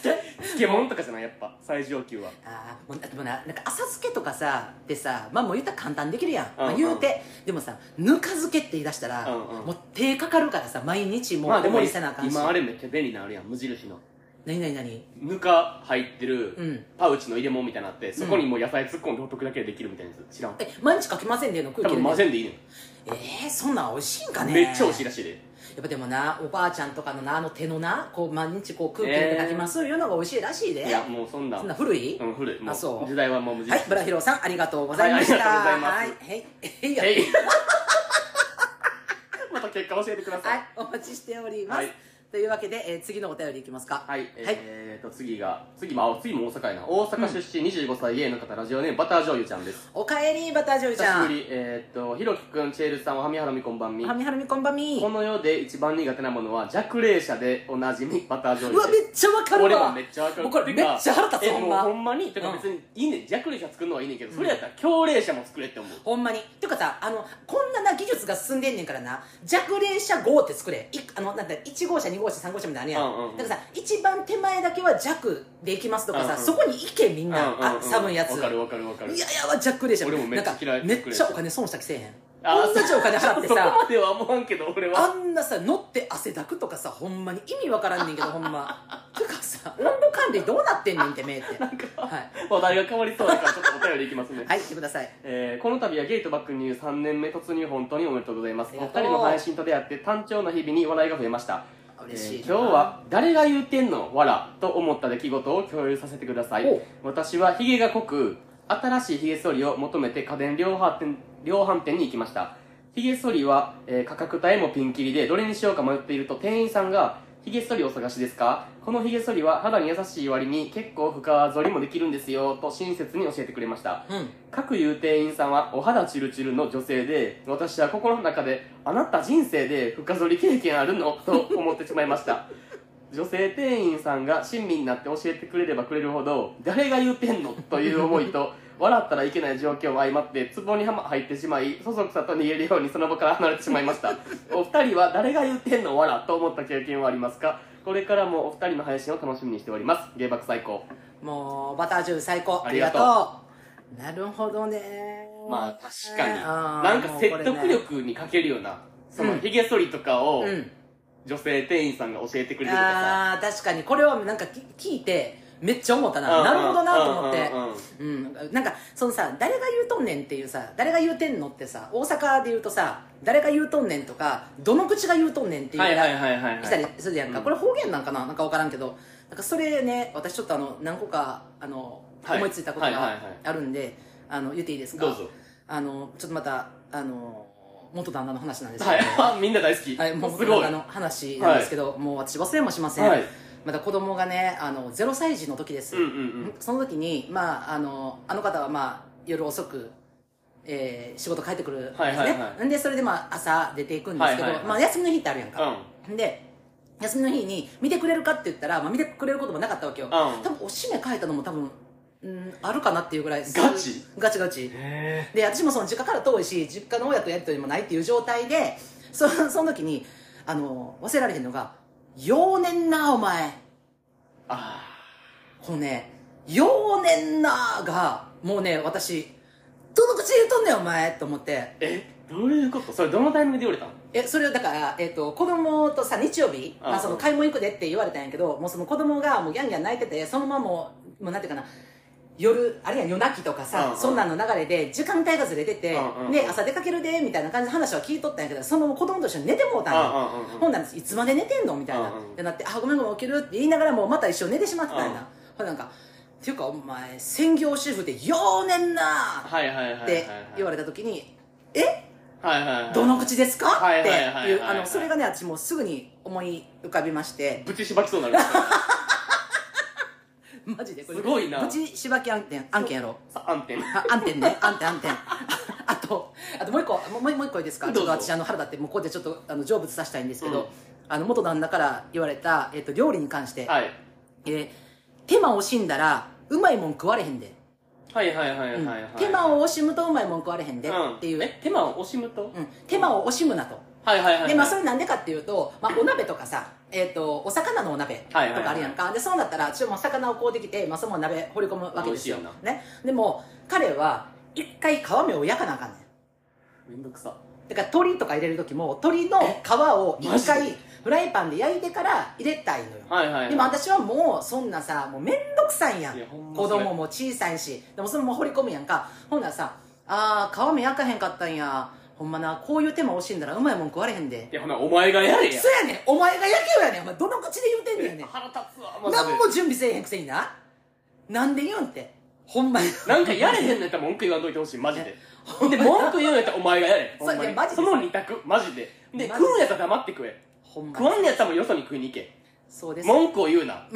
[SPEAKER 1] 漬物とかじゃないやっぱ最上級は
[SPEAKER 2] あーもうでもななんか浅漬けとかさってさまあもう言ったら簡単にできるやん、ま
[SPEAKER 1] うん
[SPEAKER 2] あ、
[SPEAKER 1] うん
[SPEAKER 2] 言うてでもさぬか漬けって言い出したら、
[SPEAKER 1] うんうん
[SPEAKER 2] もう手かかるからさ毎日もう
[SPEAKER 1] まあでも
[SPEAKER 2] 思いせなあかんし、
[SPEAKER 1] 今あれめっちゃ便利なあるやん無印の
[SPEAKER 2] 何何何
[SPEAKER 1] ぬか入って
[SPEAKER 2] う
[SPEAKER 1] る
[SPEAKER 2] ん
[SPEAKER 1] パウチの入れ物みたいなのあってそこにもう野菜突っ込んでほっとくだけでできるみたいなやつ知らん
[SPEAKER 2] え毎日かき混ぜんでええの空
[SPEAKER 1] 多
[SPEAKER 2] 気
[SPEAKER 1] 分混ぜんでいいね
[SPEAKER 2] えー、そんなん美味しいんかね
[SPEAKER 1] んめっちゃ美味しいらしいで
[SPEAKER 2] やっぱでもなおばあちゃんとかのなあの手のなこう毎日こう空気入れてかきますいうのが美味しいらしいで、
[SPEAKER 1] いやもうそんな
[SPEAKER 2] そんな古い、
[SPEAKER 1] うん古いも
[SPEAKER 2] あそう
[SPEAKER 1] う時代はもう無
[SPEAKER 2] はい
[SPEAKER 1] 印
[SPEAKER 2] ブラヒロさんありがとうございました、
[SPEAKER 1] はいありがとうご
[SPEAKER 2] はいへいへいや
[SPEAKER 1] えい また結果教えてくださ
[SPEAKER 2] はいいお待ちしております、
[SPEAKER 1] はい
[SPEAKER 2] というわけで、えー次のお便りいきますか
[SPEAKER 1] はい、えーと、次が、次も、あ、次も大阪やな。大阪出身25歳、ゲイの方、ラジオネーム、バター醤油ちゃんです。
[SPEAKER 2] おかえりバタージョイちゃ
[SPEAKER 1] 久しぶ
[SPEAKER 2] ん
[SPEAKER 1] り、えーと、ひろきくん、チェールさん、おはみはろみこんばんみ。
[SPEAKER 2] は
[SPEAKER 1] こ
[SPEAKER 2] みはるみこんばんみ
[SPEAKER 1] の世で一番苦手なものは、弱冷車でおなじ み、バター醤
[SPEAKER 2] うわ
[SPEAKER 1] 油で
[SPEAKER 2] め
[SPEAKER 1] す。
[SPEAKER 2] っちゃわかるわ
[SPEAKER 1] 俺もめっちゃわかる。
[SPEAKER 2] もうこれめっちゃ腹立つ
[SPEAKER 1] え
[SPEAKER 2] ほん
[SPEAKER 1] もう
[SPEAKER 2] ま
[SPEAKER 1] ほんまに、てか別に、いいねん、弱冷車作るのはいいねんけど、それやったら強冷車も作れって思う。
[SPEAKER 2] ほんまにてかさあのこんなな技術が進んでんねんからな弱冷車5って作れいあのなんだ1号車2号車3号車みたいなの
[SPEAKER 1] うん
[SPEAKER 2] あるやん,、
[SPEAKER 1] うんうん
[SPEAKER 2] だからさ一番手前だけは弱でいきますとかさ、
[SPEAKER 1] うんうん
[SPEAKER 2] そこに行けみんな、
[SPEAKER 1] うんうんう
[SPEAKER 2] あ
[SPEAKER 1] ん
[SPEAKER 2] 寒いやつ
[SPEAKER 1] わかるわかるわかる
[SPEAKER 2] い。やいやわ弱冷車
[SPEAKER 1] 俺もめっちゃ嫌い
[SPEAKER 2] なんかめっちゃお金損したきせえへん
[SPEAKER 1] あ
[SPEAKER 2] 同じお金払っ て
[SPEAKER 1] そこ
[SPEAKER 2] さ
[SPEAKER 1] までは思わんけど、俺は。
[SPEAKER 2] あんなさ乗って汗だくとかさほんまに意味わからんねんけどほんまてかさ温度管理どうなってんねんって目ってはい
[SPEAKER 1] 話題が変わりそうだから、ちょっとお便りいきますね。
[SPEAKER 2] はい来てください
[SPEAKER 1] えーこの度はゲイと爆乳3年目突入本当におめでとうございます
[SPEAKER 2] あり
[SPEAKER 1] お
[SPEAKER 2] が
[SPEAKER 1] 二
[SPEAKER 2] と
[SPEAKER 1] 人の配信と
[SPEAKER 2] う
[SPEAKER 1] 出会って単調な日々に笑いが増えました
[SPEAKER 2] 嬉しい
[SPEAKER 1] え
[SPEAKER 2] な
[SPEAKER 1] ー今日は誰が言うてんのわらと思った出来事を共有させてください
[SPEAKER 2] お
[SPEAKER 1] 私はヒゲが濃く新しいヒゲ剃りを求めて家電量販店量販店に行きましたヒゲ剃りは、えー価格帯もピンキリでどれにしようか迷っていると店員さんがヒゲ剃りをお探しですかこのヒゲ剃りは肌に優しい割に結構深剃りもできるんですよと親切に教えてくれました
[SPEAKER 2] うん
[SPEAKER 1] 各有店員さんはお肌チルチルの女性で私は心の中であなた人生で深剃り経験あるのと思ってしまいました 女性店員さんが親身になって教えてくれればくれるほど誰が言うてんのという思いと笑ったらいけない状況も相まって壺にはま入ってしまいそそくさと逃げるようにその場から離れてしまいま したお二人は誰が言うてんのわらと思った経験はありますかこれからもお二人の配信を楽しみにしております芸爆最高
[SPEAKER 2] もうバタージュ最高
[SPEAKER 1] あ
[SPEAKER 2] あ
[SPEAKER 1] り
[SPEAKER 2] り
[SPEAKER 1] が
[SPEAKER 2] が
[SPEAKER 1] と
[SPEAKER 2] と
[SPEAKER 1] う
[SPEAKER 2] うなるほどね
[SPEAKER 1] まあ確かに
[SPEAKER 2] あー
[SPEAKER 1] なんか説得
[SPEAKER 2] もうこ
[SPEAKER 1] 力に欠けるよな、その
[SPEAKER 2] うん
[SPEAKER 1] ヒゲ剃りとかを
[SPEAKER 2] れね
[SPEAKER 1] 女性店員さんが教えてく
[SPEAKER 2] う
[SPEAKER 1] れ
[SPEAKER 2] ん
[SPEAKER 1] るとかさ、
[SPEAKER 2] ああ確かにこれはなんかき聞いてめっちゃ思った
[SPEAKER 1] う
[SPEAKER 2] な、
[SPEAKER 1] ん
[SPEAKER 2] なるほどなと思って、
[SPEAKER 1] うんうんうん
[SPEAKER 2] うん、なんかそのさ誰が言うとんねんっていうさ誰が言うてんのってさ大阪で言うとさ誰が言うとんねんとかどの口が言うとんねんっていう
[SPEAKER 1] はいはい
[SPEAKER 2] ら
[SPEAKER 1] はいはい、はい、
[SPEAKER 2] 来たりするやんか、
[SPEAKER 1] うん
[SPEAKER 2] これ方言なんかななんか分からんけどなんかそれね私ちょっとあの何個かあの、
[SPEAKER 1] はい
[SPEAKER 2] 思いついたこと
[SPEAKER 1] はいはい
[SPEAKER 2] が
[SPEAKER 1] はい
[SPEAKER 2] あるんで、あの言っていいですか
[SPEAKER 1] どうぞ
[SPEAKER 2] あのちょっとまたあの元旦那の話なんですけど、
[SPEAKER 1] はい みんな大好き、
[SPEAKER 2] はい、も う
[SPEAKER 1] す
[SPEAKER 2] 元
[SPEAKER 1] ご
[SPEAKER 2] 旦
[SPEAKER 1] い
[SPEAKER 2] 那の話なんですけど、もう私忘れもしません、
[SPEAKER 1] はい
[SPEAKER 2] また子供がねあの0歳児の時です、
[SPEAKER 1] うんうんうん
[SPEAKER 2] その時に、まあ、あのあの方は、まあ、夜遅く、えー仕事帰ってくるんですね、
[SPEAKER 1] はいはいは
[SPEAKER 2] でそれで、まあ、朝出ていくんですけど、
[SPEAKER 1] はいはいはい
[SPEAKER 2] まあ、休みの日ってあるやん
[SPEAKER 1] う
[SPEAKER 2] か、で休みの日に見てくれるかって言ったら、まあ、見てくれることもなかったわけよ、
[SPEAKER 1] ん
[SPEAKER 2] 多分おしめ書いたのも多分、うん、あるかなっていうぐらい
[SPEAKER 1] ガチ
[SPEAKER 2] ガチガチ
[SPEAKER 1] うんへ
[SPEAKER 2] で私もその実家から遠いし実 家の親とやり取りもないっていう状態でそその時にあの忘れられへんのがようねんな、お前。
[SPEAKER 1] あ
[SPEAKER 2] このね、ようねんなが、もうね、私、どの口で言うとんねん、お前と思って
[SPEAKER 1] ー。えどういうことそれどのタイミングで降りたの
[SPEAKER 2] え、それをだから、えっ、と、子供とさ、日曜日、
[SPEAKER 1] あ
[SPEAKER 2] まあ、その
[SPEAKER 1] うん
[SPEAKER 2] 買い物行くでって言われたんやけど、もうその子供がもうギャンギャン泣いてて、そのままもう、もうなんていうかな、夜、あるいは夜泣きとか
[SPEAKER 1] うん
[SPEAKER 2] さ
[SPEAKER 1] う、ん
[SPEAKER 2] そんなんの流れで、時間帯がずれてて
[SPEAKER 1] うんう、ん
[SPEAKER 2] ね、朝出かけるで、みたいな感じの話は聞いとったんやけど、そのまま子供と一緒に寝てもうたんや。
[SPEAKER 1] ああああ
[SPEAKER 2] ほんなんですいつまで寝てんのみたいな、
[SPEAKER 1] うんうん
[SPEAKER 2] でなって「あごめんごめん起きる」って言いながらもうまた一緒に寝てしまってたんやな、
[SPEAKER 1] うん
[SPEAKER 2] ほんなんか「っていうかお前専業主婦でようねんな!」
[SPEAKER 1] はいはいはいはいはい
[SPEAKER 2] って言われた時に「え
[SPEAKER 1] はいはいはい
[SPEAKER 2] どの 口ですか?」
[SPEAKER 1] はい
[SPEAKER 2] って
[SPEAKER 1] はいはいはいいうはい
[SPEAKER 2] あのそれがね私もうすぐに思い浮かびまして
[SPEAKER 1] ぶちしばきそうに なる
[SPEAKER 2] マジでこれ
[SPEAKER 1] すごいな
[SPEAKER 2] ぶちしばき案件案件やろ
[SPEAKER 1] さ暗転
[SPEAKER 2] あ案件 ね案件案件 あとあともう一個もうもうもう一個いいですかち
[SPEAKER 1] ど
[SPEAKER 2] ょ
[SPEAKER 1] う
[SPEAKER 2] っ
[SPEAKER 1] ぞ
[SPEAKER 2] と私あの腹立ってもうここでちょっとあの成仏させたいんですけど、
[SPEAKER 1] うん
[SPEAKER 2] あの元旦那から言われた、えっと料理に関して、
[SPEAKER 1] はい
[SPEAKER 2] えー手間惜しんだらうまいもん食われへんで、
[SPEAKER 1] はいはいはいはいはい
[SPEAKER 2] うん手間を惜しむとうまいもん食われへんで、
[SPEAKER 1] うん
[SPEAKER 2] っていう、
[SPEAKER 1] え手間を惜しむと
[SPEAKER 2] うん、手間を惜しむなと、
[SPEAKER 1] はいはいはいはい
[SPEAKER 2] でまあそれなんでかっていうと、まあ、お鍋とかさえー、とお魚のお鍋とか
[SPEAKER 1] はいはいはい
[SPEAKER 2] あるやんか、でそうなったらちょっともう魚をこうできて、まあ、その鍋掘り込むわけですよ
[SPEAKER 1] 美味し
[SPEAKER 2] ね、でも彼は一回皮目を焼かなあかんねん
[SPEAKER 1] めんどくさ
[SPEAKER 2] だから鶏とか入れる時も鶏の皮を
[SPEAKER 1] マ
[SPEAKER 2] 一
[SPEAKER 1] ジで
[SPEAKER 2] 回フライパンで焼いてから入れたいのよ、
[SPEAKER 1] はいはいはい
[SPEAKER 2] でも私はもうそんなさもうめんどくさいんやん
[SPEAKER 1] いやほんま
[SPEAKER 2] 子
[SPEAKER 1] それ
[SPEAKER 2] 供も小さいしでもそのまま掘り込むやんかほんならさ「ああ皮目焼かへんかったんやほんまなこういう手間惜しんだらうまいもん食われへんで
[SPEAKER 1] いやほなお前がや」れや
[SPEAKER 2] そうやねんお前が焼けよやねんお前どの口で言うてんねんやねん
[SPEAKER 1] 腹立つわマジで
[SPEAKER 2] 何も準備せえへんくせにななんで言うんってほんまに
[SPEAKER 1] なんかやれへんのやったら文句言わんといてほしいマジで
[SPEAKER 2] ほ ん
[SPEAKER 1] で
[SPEAKER 2] まに
[SPEAKER 1] 文句言うんやったらお前がやれ
[SPEAKER 2] そう
[SPEAKER 1] ほんま
[SPEAKER 2] いや
[SPEAKER 1] に
[SPEAKER 2] マジで
[SPEAKER 1] その二択マジでで
[SPEAKER 2] マジで
[SPEAKER 1] 食うんやったら黙って食え
[SPEAKER 2] ほんま
[SPEAKER 1] 食
[SPEAKER 2] に
[SPEAKER 1] わんやったらもうよそに食いに行け
[SPEAKER 2] そうです
[SPEAKER 1] 文句を言うな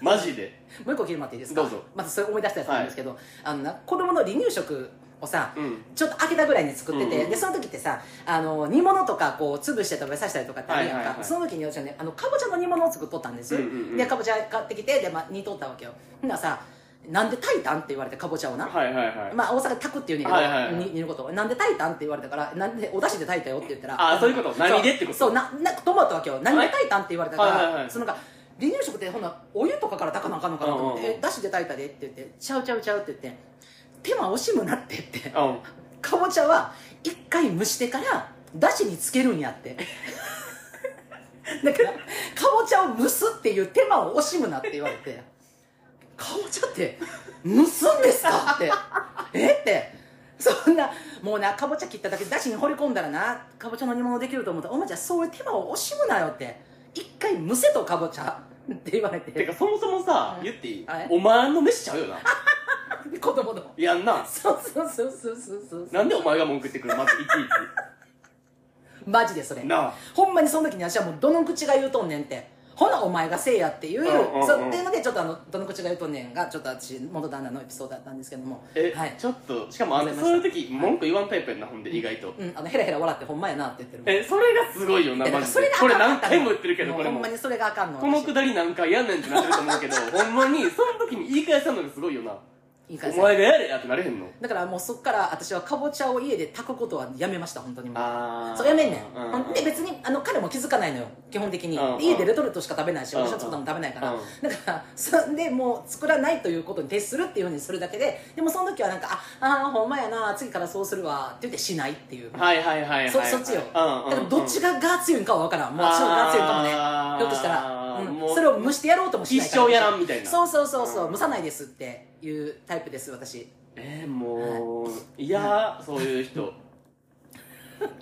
[SPEAKER 1] マジで
[SPEAKER 2] もう一個聞いてもらっていいですか
[SPEAKER 1] どうぞ
[SPEAKER 2] まずそれ思い出したやつなんですけど、あのな子供の離乳食をさ、
[SPEAKER 1] うん
[SPEAKER 2] ちょっと開けたぐらいに作ってて、
[SPEAKER 1] うんうん
[SPEAKER 2] でその時ってさあの煮物とかこう潰して食べさせたりとかってあるやんか、
[SPEAKER 1] はいはいはい
[SPEAKER 2] その時に私はねあのかぼちゃの煮物を作っとったんですよ、
[SPEAKER 1] うんうんうん
[SPEAKER 2] でかぼちゃ買ってきてで、まあ、煮とったわけよほんならさなんで炊いたんって言われてかぼちゃをな、
[SPEAKER 1] はいはいはい
[SPEAKER 2] まあ、大阪炊くって言うねん
[SPEAKER 1] はいはい
[SPEAKER 2] け
[SPEAKER 1] は
[SPEAKER 2] ど、
[SPEAKER 1] い
[SPEAKER 2] に煮ることをなんで炊いたんって言われたからなんでお出汁で炊いたよって言ったら
[SPEAKER 1] あーそういうこと何でってこと
[SPEAKER 2] そうななんかトマトは今日何で炊いたんって言われたから、
[SPEAKER 1] はいはいはい
[SPEAKER 2] そのなんか離乳食ってほんなお湯とかから炊かなあかんのかなと思って
[SPEAKER 1] うんうんうん
[SPEAKER 2] えだしで炊いたでって言ってちゃうちゃうちゃうって言って手間惜しむなって言って
[SPEAKER 1] うん
[SPEAKER 2] かぼちゃは一回蒸してからだしにつけるんやって だからかぼちゃを蒸すっていう手間を惜しむなって言われてかぼちゃって蒸すんですかってえってそんなもうなかぼちゃ切っただけでだしに掘り込んだらなかぼちゃの煮物できると思ったらお前じゃあそういう手間を惜しむなよって一回蒸せとかぼちゃって言われ
[SPEAKER 1] て
[SPEAKER 2] て
[SPEAKER 1] かそもそもさ
[SPEAKER 2] うん
[SPEAKER 1] 言っていい
[SPEAKER 2] はい
[SPEAKER 1] お前の飯ちゃうよな
[SPEAKER 2] 子供の
[SPEAKER 1] やんな
[SPEAKER 2] そうそうそうそうそうそう
[SPEAKER 1] なんでお前が文句言ってくるのまずいちい
[SPEAKER 2] マジでそれ
[SPEAKER 1] ちなあ
[SPEAKER 2] ほんまにその時に私はもうどの口が言うとんねんってほなお前がせいやっていう,、
[SPEAKER 1] うんうんうん
[SPEAKER 2] そうっていうのでちょっとあのどの口が言うとんねんがちょっと私元旦那のエピソードだったんですけども
[SPEAKER 1] え
[SPEAKER 2] はい
[SPEAKER 1] ちょっとしかもあ
[SPEAKER 2] ご
[SPEAKER 1] の
[SPEAKER 2] ざいま
[SPEAKER 1] そう
[SPEAKER 2] し
[SPEAKER 1] いう
[SPEAKER 2] た
[SPEAKER 1] 時文句言わんタイプやんなほんで意外と
[SPEAKER 2] うん、あのヘラヘラ笑ってほんまやなって言ってる
[SPEAKER 1] えそれがすごいよ
[SPEAKER 2] い
[SPEAKER 1] な
[SPEAKER 2] や
[SPEAKER 1] マ
[SPEAKER 2] だから
[SPEAKER 1] ジ
[SPEAKER 2] それ
[SPEAKER 1] で
[SPEAKER 2] があか
[SPEAKER 1] こ
[SPEAKER 2] ん
[SPEAKER 1] れ
[SPEAKER 2] か
[SPEAKER 1] 何
[SPEAKER 2] った
[SPEAKER 1] 回も言ってるけどこれ
[SPEAKER 2] ほん
[SPEAKER 1] も
[SPEAKER 2] まにそれがあかんの
[SPEAKER 1] この
[SPEAKER 2] 私
[SPEAKER 1] くだり何回やんねんってなってると思うけどほんまにその時に言い返したのがすごいよない
[SPEAKER 2] い感
[SPEAKER 1] お
[SPEAKER 2] じ
[SPEAKER 1] 前がやれやってなれへんの
[SPEAKER 2] だからもうそっから私はかぼちゃを家で炊くことはやめました本当にもう
[SPEAKER 1] あ
[SPEAKER 2] そうやめんねん、
[SPEAKER 1] う
[SPEAKER 2] で別にあの彼も気づかないのよ基本的に、
[SPEAKER 1] うんうん
[SPEAKER 2] 家でレトルトしか食べないし、
[SPEAKER 1] うんうん
[SPEAKER 2] 私は作ったの食べないから、
[SPEAKER 1] うん
[SPEAKER 2] だから そんでもう作らないということに徹するっていうふうにするだけででもその時はなんか「ああーほんまやな次からそうするわ」って言ってしないっていう、
[SPEAKER 1] はいはいはいはい
[SPEAKER 2] そそっちよ、
[SPEAKER 1] うんうん
[SPEAKER 2] だからどっち
[SPEAKER 1] が
[SPEAKER 2] がが強いんかは分からんもう私のが強いんかもね
[SPEAKER 1] あー
[SPEAKER 2] ひょっとしたら、うん
[SPEAKER 1] もう
[SPEAKER 2] それを蒸してやろうともしない
[SPEAKER 1] 一
[SPEAKER 2] から
[SPEAKER 1] 生やらんみたいな
[SPEAKER 2] そうそうそうそう、
[SPEAKER 1] うん
[SPEAKER 2] 蒸さないですっていうタイプです私
[SPEAKER 1] えー、もう、い、やーそういう人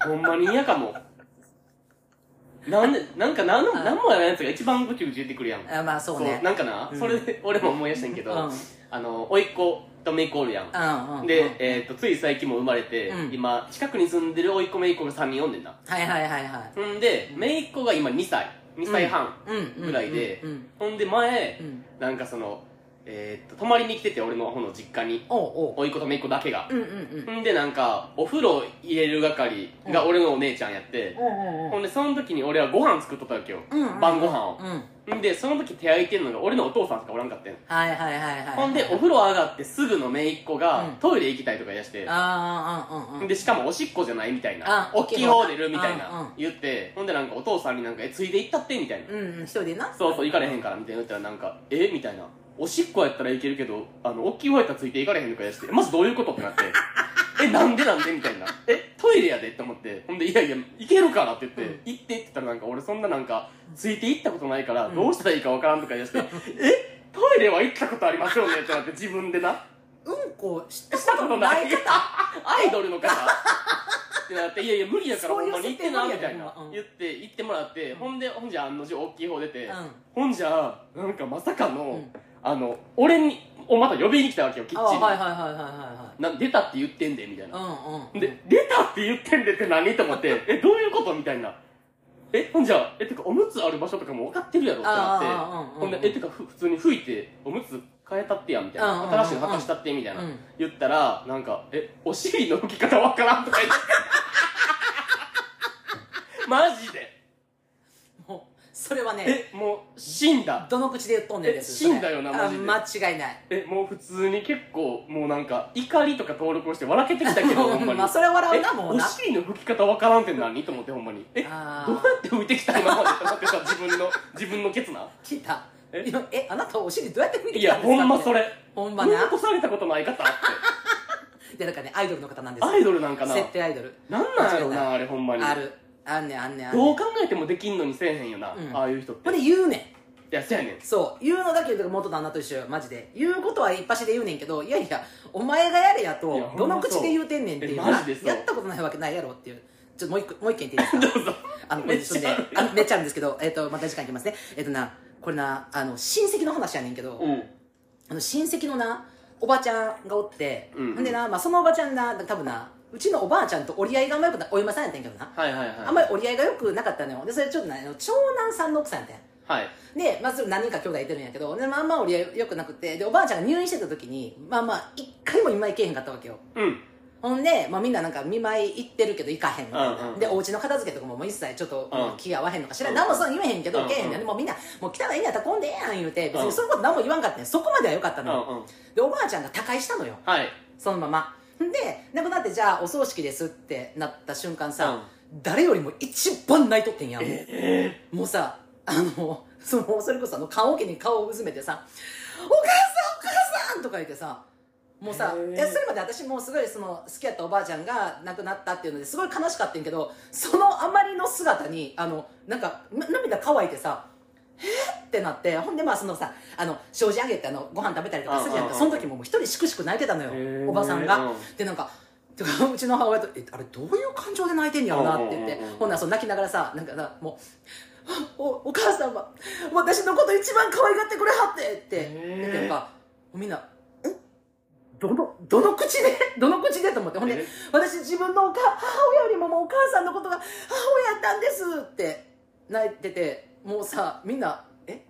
[SPEAKER 1] ほんまに嫌かもなんでなんか何の
[SPEAKER 2] はい
[SPEAKER 1] 何もやらないやつが一番ぐちぐち言ってくるやん
[SPEAKER 2] あーまあそうね
[SPEAKER 1] なんかな、
[SPEAKER 2] うん
[SPEAKER 1] それで俺も思い出したんけど、
[SPEAKER 2] うん
[SPEAKER 1] あの甥っ子と姪っ子おるやん、
[SPEAKER 2] うんうん
[SPEAKER 1] で、
[SPEAKER 2] うん
[SPEAKER 1] えー、とつい最近も生まれて、
[SPEAKER 2] うん
[SPEAKER 1] 今近くに住んでる甥っ子姪っ子が3人おんねんな
[SPEAKER 2] はいはいはいはい
[SPEAKER 1] ほんで姪っ子が今2歳2歳半、
[SPEAKER 2] うんうん
[SPEAKER 1] ぐらいで
[SPEAKER 2] うん
[SPEAKER 1] ほんで前
[SPEAKER 2] うん
[SPEAKER 1] なんかそのえーっと泊まりに来てて俺の方の実家に
[SPEAKER 2] おうおう
[SPEAKER 1] 甥っ子と姪っ子だけが
[SPEAKER 2] うんうんうん
[SPEAKER 1] んでなんかお風呂入れる係が俺のお姉ちゃんやって、
[SPEAKER 2] うん
[SPEAKER 1] ほんでその時に俺はご飯作っとったわけよ、
[SPEAKER 2] うんうん
[SPEAKER 1] 晩ご飯を、
[SPEAKER 2] うん
[SPEAKER 1] んでその時手空いてんのが俺のお父さんしかおらんかったん
[SPEAKER 2] はいはいはいはい
[SPEAKER 1] ほんでお風呂上がってすぐの姪っ子が、
[SPEAKER 2] うん
[SPEAKER 1] トイレ行きたいとか言い出して
[SPEAKER 2] あーうんうんうん
[SPEAKER 1] でしかもおしっこじゃないみたい
[SPEAKER 2] あ
[SPEAKER 1] な大きい
[SPEAKER 2] 大
[SPEAKER 1] 方
[SPEAKER 2] きい
[SPEAKER 1] 出
[SPEAKER 2] 方
[SPEAKER 1] るみたい
[SPEAKER 2] うんうん
[SPEAKER 1] な言ってほんでなんかお父さんになんか「えついで行ったって」みたいな
[SPEAKER 2] うんうん一人でな
[SPEAKER 1] そうそう行かれへんからみたいな言ったらなんか「えみたいな「おしっこやったらいけるけどあの大きい方やったらついて行かれへん」とか言い出して「まずどういうこと?」ってな って「えなんでなんで?」みたいな「えトイレやで?」って思ってほんで「いやいや行けるから」って言って「
[SPEAKER 2] うん
[SPEAKER 1] 行って」って言ったらなんか俺そんななんかついて行ったことないから
[SPEAKER 2] うん
[SPEAKER 1] どうしたらいいかわからんとか言い出して「えトイレは行ったことありますよね」ってなって自分でな
[SPEAKER 2] うんこした
[SPEAKER 1] した
[SPEAKER 2] こ
[SPEAKER 1] ことと
[SPEAKER 2] な
[SPEAKER 1] ないい
[SPEAKER 2] 方
[SPEAKER 1] アイドルの方ってなって「いやいや無理やから
[SPEAKER 2] そう
[SPEAKER 1] ほ
[SPEAKER 2] いうん
[SPEAKER 1] まに行ってな」みたいな
[SPEAKER 2] 設定無理やねんうん
[SPEAKER 1] 言って行ってもらって
[SPEAKER 2] うん
[SPEAKER 1] ほんでほんじゃ案の定大きい方出て
[SPEAKER 2] うん
[SPEAKER 1] ほんじゃなんかまさかの、
[SPEAKER 2] うん
[SPEAKER 1] あの俺にをまた呼びに来たわけよキ
[SPEAKER 2] あ
[SPEAKER 1] ッチンに、
[SPEAKER 2] はいはいはいはいは
[SPEAKER 1] な出たって言ってんでみたい
[SPEAKER 2] いは
[SPEAKER 1] な、
[SPEAKER 2] いうんうん
[SPEAKER 1] で出たって言ってんでって何と思ってえどういうことみたいなえほんじゃえてかおむつある場所とかも分かってるやろってなって
[SPEAKER 2] あーうん
[SPEAKER 1] ほんでえてかふ普通に吹いておむつ変えたってやみたいな、
[SPEAKER 2] うんうんうん
[SPEAKER 1] 新しいの履かしたってみたいな、
[SPEAKER 2] うん
[SPEAKER 1] 言ったらなんか「えお尻の拭き方わからん」とか 言ってマジで
[SPEAKER 2] もうそれはね
[SPEAKER 1] えもう死んだ
[SPEAKER 2] どの口で言っとんねんです
[SPEAKER 1] え死んだよな
[SPEAKER 2] それ
[SPEAKER 1] マジで
[SPEAKER 2] あ間違いない
[SPEAKER 1] えもう普通に結構もうなんか怒りとか登録をして笑けてきたけ どほんまに
[SPEAKER 2] まあそれは笑
[SPEAKER 1] え
[SPEAKER 2] うなも
[SPEAKER 1] お
[SPEAKER 2] うな
[SPEAKER 1] 尻の拭き方わからんって何と思ってほんまにえどうや
[SPEAKER 2] あー
[SPEAKER 1] って拭いてきた今までって思ってさ自 分の自分のケツな
[SPEAKER 2] 聞いた
[SPEAKER 1] え
[SPEAKER 2] いやえあなたお尻どうやって見て
[SPEAKER 1] い
[SPEAKER 2] きた
[SPEAKER 1] や
[SPEAKER 2] んですか
[SPEAKER 1] ほんま
[SPEAKER 2] って
[SPEAKER 1] それ
[SPEAKER 2] ほんまな
[SPEAKER 1] うんこされたことない方って
[SPEAKER 2] でなんかねアイドルの方なんですよ
[SPEAKER 1] アイドルなんかな
[SPEAKER 2] 設定アイドル
[SPEAKER 1] なんなんやろ
[SPEAKER 2] 間違いな
[SPEAKER 1] なあれほんまに
[SPEAKER 2] あるあんねんあんねんあんね
[SPEAKER 1] どうん考えてもできんのにせえへんよな、
[SPEAKER 2] うん
[SPEAKER 1] ああいう人って
[SPEAKER 2] ほん
[SPEAKER 1] い
[SPEAKER 2] で言うねん
[SPEAKER 1] やせやねん
[SPEAKER 2] そう言うのだけど元旦那と一緒よマジで言うことは一発で言うねんけどいやいやお前がやれや
[SPEAKER 1] いや
[SPEAKER 2] と
[SPEAKER 1] ほ
[SPEAKER 2] ど
[SPEAKER 1] んま
[SPEAKER 2] の口で言うてんねんっていう
[SPEAKER 1] そうえマジでそう
[SPEAKER 2] やったことないわけないやろっていうちょっともう一個もう一件言ってい いですかあのこれ
[SPEAKER 1] めっ
[SPEAKER 2] ちょっ
[SPEAKER 1] ち
[SPEAKER 2] と
[SPEAKER 1] ゃあ
[SPEAKER 2] ね
[SPEAKER 1] る
[SPEAKER 2] あのめっちゃあるんですけど、えっとまた時間いきますねえっ、となこれなあの親戚の話やねんけど、
[SPEAKER 1] うん
[SPEAKER 2] あの親戚のなおばちゃんがおって、
[SPEAKER 1] うんうん
[SPEAKER 2] んでな、まあ、そのおばちゃんな多分なうちのおばあちゃんと折り合いがあんまよくないお嫁さんやったんやけどな、
[SPEAKER 1] はいはいはい
[SPEAKER 2] あんまり折り合いがよくなかったのよでそれちょっとなあの長男さんの奥さんやったんや
[SPEAKER 1] はい
[SPEAKER 2] で、まあ、それ何人か兄弟いてるんやけど、でまあまあ俺はよくなくて、で、おばあちゃんが入院してた時に、まあまあ、一回も見舞い行けへんかったわけよ。
[SPEAKER 1] うん
[SPEAKER 2] ほんで、まあみんななんか見舞い行ってるけど行かへんみたいな。
[SPEAKER 1] うんうん
[SPEAKER 2] で、お家の片付けとかももう一切ちょっと、
[SPEAKER 1] うん
[SPEAKER 2] もう気合わへんのか知らん。
[SPEAKER 1] うん
[SPEAKER 2] 何もそう言えへんけど、
[SPEAKER 1] うん
[SPEAKER 2] 行けへんねん。でもうみんな、もう汚いんやったらこんでええやん言うて、別
[SPEAKER 1] う
[SPEAKER 2] に
[SPEAKER 1] ん
[SPEAKER 2] そういうこと何も言わんかったんやそこまではよかった
[SPEAKER 1] うん
[SPEAKER 2] のよ。
[SPEAKER 1] うん
[SPEAKER 2] で、おばあちゃんが他界したのよ。
[SPEAKER 1] はい
[SPEAKER 2] そのまま。んで、亡くなってじゃあお葬式ですってなった瞬間さ、
[SPEAKER 1] うん
[SPEAKER 2] 誰よりも一番泣いとってんやん。もうさ、あの、その、それこそあの、棺桶に顔をうずめてさ、お母さんお母さんとか言ってさ、もうさ、
[SPEAKER 1] へー
[SPEAKER 2] いやそれまで私もうすごいその、好きやったおばあちゃんが亡くなったっていうのですごい悲しかったんやけど、そのあまりの姿に、あの、なんか、な涙乾いてさ、えーってなって、ほんでまあそのさ、あの、障子あげてあの、ご飯食べたりとかするやん
[SPEAKER 1] うんうん
[SPEAKER 2] か、
[SPEAKER 1] うん
[SPEAKER 2] その時ももう一人しくしく泣いてたのよ
[SPEAKER 1] へ、ー
[SPEAKER 2] おばさんが。
[SPEAKER 1] うん
[SPEAKER 2] でなんかてかうちの母親と「えあれどういう感情で泣いてんやろな」って言って
[SPEAKER 1] うんうんうんうん
[SPEAKER 2] ほんならそう泣きながらさなんかなもう お「お母さんは私のこと一番可愛がってくれはって」って
[SPEAKER 1] へー
[SPEAKER 2] でなんかみんな「えどのどの口でどの口で?」と思ってほんで
[SPEAKER 1] え
[SPEAKER 2] 「私自分のおか母親よりももうお母さんのことが母親やったんです」って泣いててもうさみんな「え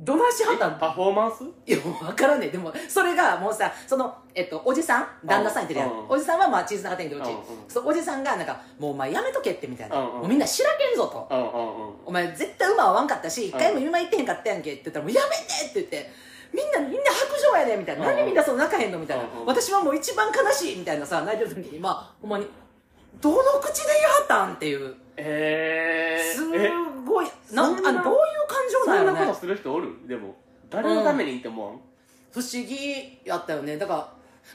[SPEAKER 2] どないしはったん
[SPEAKER 1] パフォーマンス
[SPEAKER 2] いや、もう分からんねえ。でも、それが、もうさ、その、えっと、おじさん、旦那さんいてるや
[SPEAKER 1] うんん。
[SPEAKER 2] おじさんは、まあ、チーズ長店でうち
[SPEAKER 1] うんうん。
[SPEAKER 2] そう、おじさんが、なんか、もうお前やめとけって、みたいな。
[SPEAKER 1] うんうん
[SPEAKER 2] もうみんなしらけんぞと。
[SPEAKER 1] うんうんうん
[SPEAKER 2] お前、絶対馬は合わんかったし、一回も
[SPEAKER 1] うん
[SPEAKER 2] 今行ってへんかったやんけって言ったら、もうやめてって言って、みんな、みんな白状やねみたいな。
[SPEAKER 1] うんうん
[SPEAKER 2] 何みんなその泣かへんのみたいな
[SPEAKER 1] うんう。ん
[SPEAKER 2] 私はもう一番悲しいみたいなさ、泣いてる時に、まあ、ほんまに、どの口で言わはったんっていう。
[SPEAKER 1] えー、
[SPEAKER 2] す
[SPEAKER 1] え
[SPEAKER 2] ごい、なん、
[SPEAKER 1] そん
[SPEAKER 2] あどうい
[SPEAKER 1] な
[SPEAKER 2] う感情
[SPEAKER 1] そ
[SPEAKER 2] なん
[SPEAKER 1] ん
[SPEAKER 2] やろ
[SPEAKER 1] な
[SPEAKER 2] ね
[SPEAKER 1] こと。する人おるでも誰のためにって思わん、
[SPEAKER 2] 不思議やったよねだから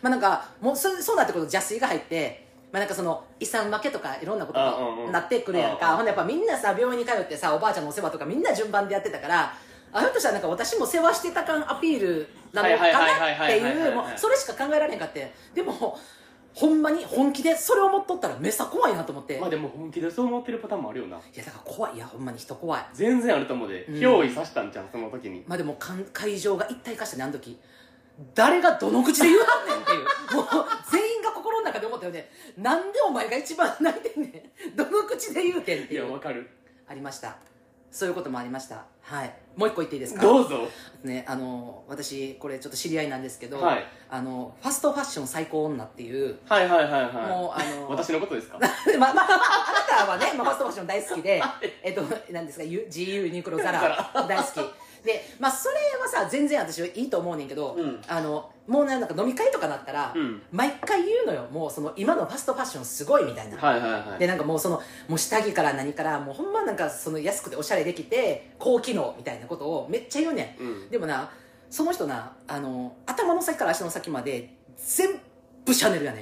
[SPEAKER 2] まあなんかもうそそうなってくると邪水が入ってまあなんかその遺産負けとかいろんなこと
[SPEAKER 1] あうんう
[SPEAKER 2] が
[SPEAKER 1] ん
[SPEAKER 2] なってくるやん
[SPEAKER 1] あ
[SPEAKER 2] か
[SPEAKER 1] うん
[SPEAKER 2] ほんでやっぱみんなさ病院に通ってさおばあちゃんのお世話とかみんな順番でやってたからあひょっとしたらなんか私も世話してた感アピールなのかなって
[SPEAKER 1] はいはいはいはいはいはい
[SPEAKER 2] い
[SPEAKER 1] は
[SPEAKER 2] う
[SPEAKER 1] い
[SPEAKER 2] もうそれしか考えられへんかってでもほんまに本気でそれを思っとったらめっさ怖いなと思ってい
[SPEAKER 1] まあでも本気でそう思ってるパターンもあるよな
[SPEAKER 2] やだから怖いいやほんまに人怖い
[SPEAKER 1] 全然あると思うで、
[SPEAKER 2] うん
[SPEAKER 1] 憑依さしたんじゃんその時に
[SPEAKER 2] まあでもかん会場が一体化したねあの時誰がどの口で言うたんねんっていう もう全員が心の中で思ったよねなんでお前が一番泣いてんねんどの口で言うてんって
[SPEAKER 1] い
[SPEAKER 2] い
[SPEAKER 1] や
[SPEAKER 2] う
[SPEAKER 1] わかる
[SPEAKER 2] ありましたそういうこともありましたはいもう一個言っていいですか
[SPEAKER 1] どうぞ
[SPEAKER 2] ね、あの私これちょっと知り合いなんですけど、
[SPEAKER 1] はい
[SPEAKER 2] あのファストファッション最高女っていう、
[SPEAKER 1] はいはいはいは
[SPEAKER 2] もうあ
[SPEAKER 1] い
[SPEAKER 2] の
[SPEAKER 1] 私のことですか
[SPEAKER 2] まあまあ、まああなたはね、まあ、ファストファッション大好きで、えっと、なんですか、ゆ GU、ニクロ、ザラ、大好き。で、まあ、それはさ、全然私はいいと思うねんけど、
[SPEAKER 1] うん
[SPEAKER 2] あの、もうねなんか飲み会とかなったら、
[SPEAKER 1] うん
[SPEAKER 2] 毎回言うのよ、もうその、今のファストファッションすごいみたいな。
[SPEAKER 1] はいはいはい
[SPEAKER 2] で、なんかもうその、もう下着から何から、もうほんまなんかその安くておしゃれできて、高機能みたいなことをめっちゃ言うねん。
[SPEAKER 1] うん
[SPEAKER 2] でもな、その人な、あの、頭の先から足の先まで、全部シャネルやね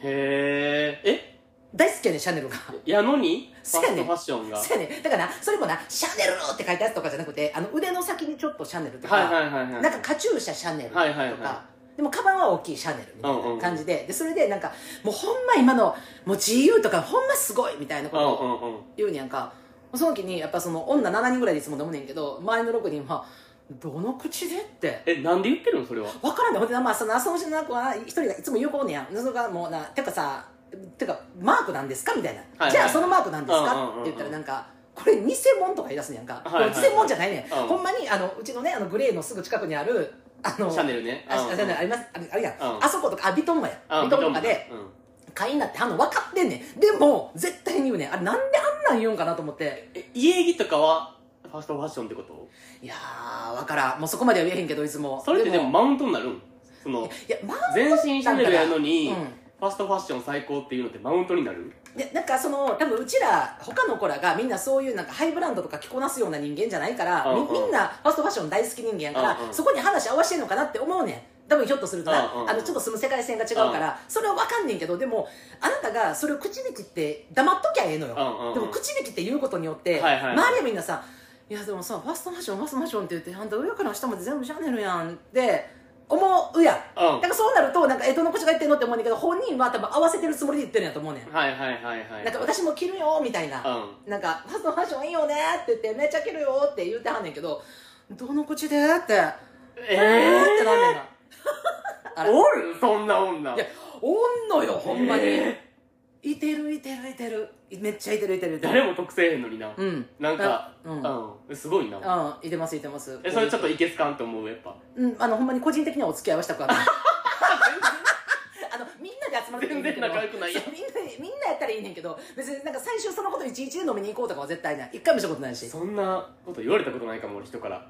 [SPEAKER 2] ん。
[SPEAKER 1] へーえ
[SPEAKER 2] 大好きやねん、シャネルが。
[SPEAKER 1] やのにフ
[SPEAKER 2] そ
[SPEAKER 1] ァ
[SPEAKER 2] うや
[SPEAKER 1] ス
[SPEAKER 2] ね
[SPEAKER 1] ト
[SPEAKER 2] ん
[SPEAKER 1] ファッションが
[SPEAKER 2] そうやねだからなそれもなシャネルって書いたやつとかじゃなくてあの腕の先にちょっとシャネルとか、
[SPEAKER 1] はいはいはいはい
[SPEAKER 2] なんかカチューシャシャネルとか、
[SPEAKER 1] はいはいは
[SPEAKER 2] でもカバンは大きいシャネルみた
[SPEAKER 1] うんうん
[SPEAKER 2] いうなん感じで,、でそれでなんかもうほんま今のもう GU とかほんますごいみたいな
[SPEAKER 1] う
[SPEAKER 2] ことを
[SPEAKER 1] んうんうん
[SPEAKER 2] 言うにやんかその時にやっぱその女7人ぐらいでいつも飲むねんけど周りの6人は「どの口で?」って。
[SPEAKER 1] えなんで言ってるのそれは
[SPEAKER 2] わからんねほんでなまあその遊ぶしの子は一人がいつも言う子おんねやんそれがもうなてかさてかマークなんですかみたいな、
[SPEAKER 1] はい
[SPEAKER 2] じゃあそのマークなんです
[SPEAKER 1] うんうんうん
[SPEAKER 2] か
[SPEAKER 1] うん
[SPEAKER 2] って言ったらなんかこれ偽物とか言い出すねやんか、
[SPEAKER 1] はいはい
[SPEAKER 2] これ偽物じゃないねん、
[SPEAKER 1] うん
[SPEAKER 2] ほんまにあのうちのねあのグレーのすぐ近くにあるあの
[SPEAKER 1] シャネルね
[SPEAKER 2] あシャネルあ
[SPEAKER 1] ル
[SPEAKER 2] りますあるあるやん、
[SPEAKER 1] うん
[SPEAKER 2] あそことかあビトンもや
[SPEAKER 1] あ
[SPEAKER 2] ビトンとかで
[SPEAKER 1] うん
[SPEAKER 2] 会員になってはんの分かってんねんでも絶対に言うねんあれなんであんなん言うんかなと思って
[SPEAKER 1] え家着とかはファストファッションってこと
[SPEAKER 2] いやー分からんもうそこまでは言えへんけどいつも
[SPEAKER 1] それってでもマウントになるんその
[SPEAKER 2] いやまあ
[SPEAKER 1] 全身シャネルやのに、
[SPEAKER 2] うん
[SPEAKER 1] ファストファッション最高っていうのってマウントになる
[SPEAKER 2] でなんかその多分うちら他の子らがみんなそういうなんかハイブランドとか着こなすような人間じゃないからみ
[SPEAKER 1] うんうん
[SPEAKER 2] みんなファストファッション大好き人間やから
[SPEAKER 1] うんうん
[SPEAKER 2] そこに話合わせてんのかなって思うねん多分ひょっとするとな
[SPEAKER 1] うんうん
[SPEAKER 2] あのちょっと住む世界線が違うからそれは分かんねんけどでもあなたがそれを口で切って黙っときゃええのよ
[SPEAKER 1] うんうんうん
[SPEAKER 2] でも口で切って言うことによって
[SPEAKER 1] はいはいはい
[SPEAKER 2] 周りはみんなさ「いやでもさファストファッションファストファッション」って言ってあんた上から下まで全部シャネルやんって思うやん
[SPEAKER 1] うん
[SPEAKER 2] だからそうなるとなんか江戸の子が言ってんのって思うねんだけど本人は多分合わせてるつもりで言ってるんやと思うねん
[SPEAKER 1] はいはいはいはい
[SPEAKER 2] なんか私も着るよみたいな、
[SPEAKER 1] うん
[SPEAKER 2] なんかファストファッションいいよねって言ってめっちゃ着るよって言ってはんねんけどどの口でって
[SPEAKER 1] え
[SPEAKER 2] えー、ってなんねん
[SPEAKER 1] え
[SPEAKER 2] なあ
[SPEAKER 1] ー、
[SPEAKER 2] れ
[SPEAKER 1] おるそんな女
[SPEAKER 2] いやおんのよほんまに、
[SPEAKER 1] え
[SPEAKER 2] いてるいてるいてるめっちゃいてるいてるいてる
[SPEAKER 1] 誰も得せえへんのにな、
[SPEAKER 2] うん
[SPEAKER 1] なんか
[SPEAKER 2] うん、うん
[SPEAKER 1] うんすごいな、
[SPEAKER 2] いてますいてます
[SPEAKER 1] えそれちょっといけすかんと思うやっぱ
[SPEAKER 2] うんあのほんまに個人的にはお付き合いはし たくはないあのみんなで集まるといいねん
[SPEAKER 1] 全然
[SPEAKER 2] けど
[SPEAKER 1] 仲良くないやん
[SPEAKER 2] そうみんなでみんなやったらいいねんけど別になんか最初そのこといちいちで飲みに行こうとかは絶対ない一回もしたことないし
[SPEAKER 1] そんなこと言われたことないかも俺人から